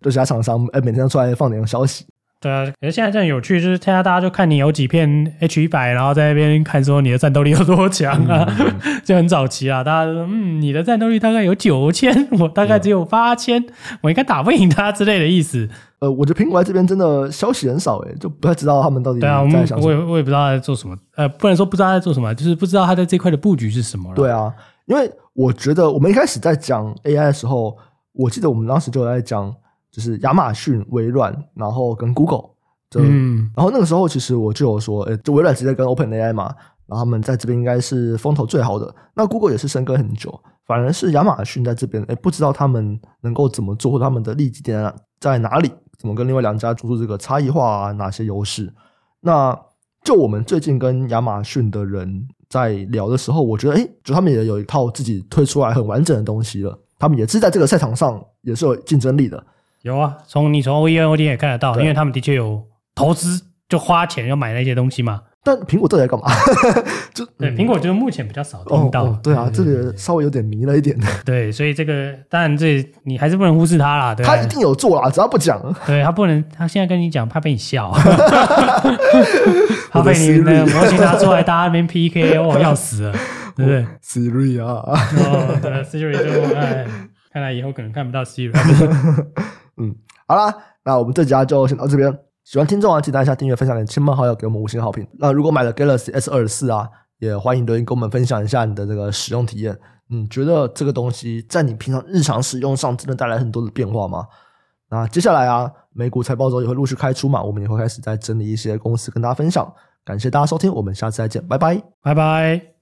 Speaker 1: 就其他厂商，哎、每天都出来放点消息。
Speaker 2: 对啊。可是现在这样有趣，就是现在大家就看你有几片 H 一百，然后在那边看说你的战斗力有多强啊，
Speaker 1: 嗯
Speaker 2: 就很早期啊。大家都说嗯，你的战斗力大概有九千， 我大概只有八千，我应该打不赢他之类的意思。
Speaker 1: 呃，我觉得苹果在这边真的消息很少、哎，就不太知道他们到底
Speaker 2: 对啊，我
Speaker 1: 在
Speaker 2: 们
Speaker 1: 想什
Speaker 2: 我
Speaker 1: 么。
Speaker 2: 也我也不知道他在做什么，呃，不能说不知道他在做什么，就是不知道他在这块的布局是什么了。
Speaker 1: 对啊，因为我觉得我们一开始在讲 AI 的时候，我记得我们当时就在讲，就是亚马逊、微软，然后跟 Google 这
Speaker 2: 嗯，
Speaker 1: 然后那个时候，其实我就有说，呃，就微软直接跟 OpenAI 嘛，然后他们在这边应该是风头最好的。那 Google 也是深耕很久，反而是亚马逊在这边，哎，不知道他们能够怎么做，或者他们的利基点在哪在哪里，怎么跟另外两家做出这个差异化啊，哪些优势？那就我们最近跟亚马逊的人在聊的时候，我觉得，哎，就他们也有一套自己推出来很完整的东西了，他们也是在这个赛场上也是有竞争力的。
Speaker 2: 有啊，从你从 O E N O D 也看得到，
Speaker 1: 对
Speaker 2: 因为他们的确有投资，就花钱要买那些东西嘛。
Speaker 1: 但苹果到底在干嘛？就
Speaker 2: 对，
Speaker 1: 嗯
Speaker 2: 苹果就是目前比较少
Speaker 1: 哦
Speaker 2: 听到。
Speaker 1: 哦对啊，这个稍微有点迷了一点。
Speaker 2: 对，所以这个当然这你还是不能忽视它啦，对啊
Speaker 1: 他一定有做啊啦，只要不讲，
Speaker 2: 对他不能，他现在跟你讲，怕被你笑， 怕被你
Speaker 1: 我的
Speaker 2: 那
Speaker 1: Siri
Speaker 2: 个模型拿出来，大家那边 PK，哦， 要死了，对不对？
Speaker 1: Siri 啊，
Speaker 2: 哦，对，Siri 就哎，看来以后可能看不到 Siri 了。
Speaker 1: 好啦，那我们这集啊就先到这边。喜欢听众啊，记得按下订阅、分享给亲朋好友，给我们五星好评。那如果买了 Galaxy S 二四啊，也欢迎留言跟我们分享一下你的这个使用体验。你觉得这个东西在你平常日常使用上真的带来很多的变化吗？那接下来啊，美股财报周也会陆续开出嘛，我们也会开始在整理一些公司跟大家分享。感谢大家收听，我们下次再见，拜拜。
Speaker 2: 拜拜。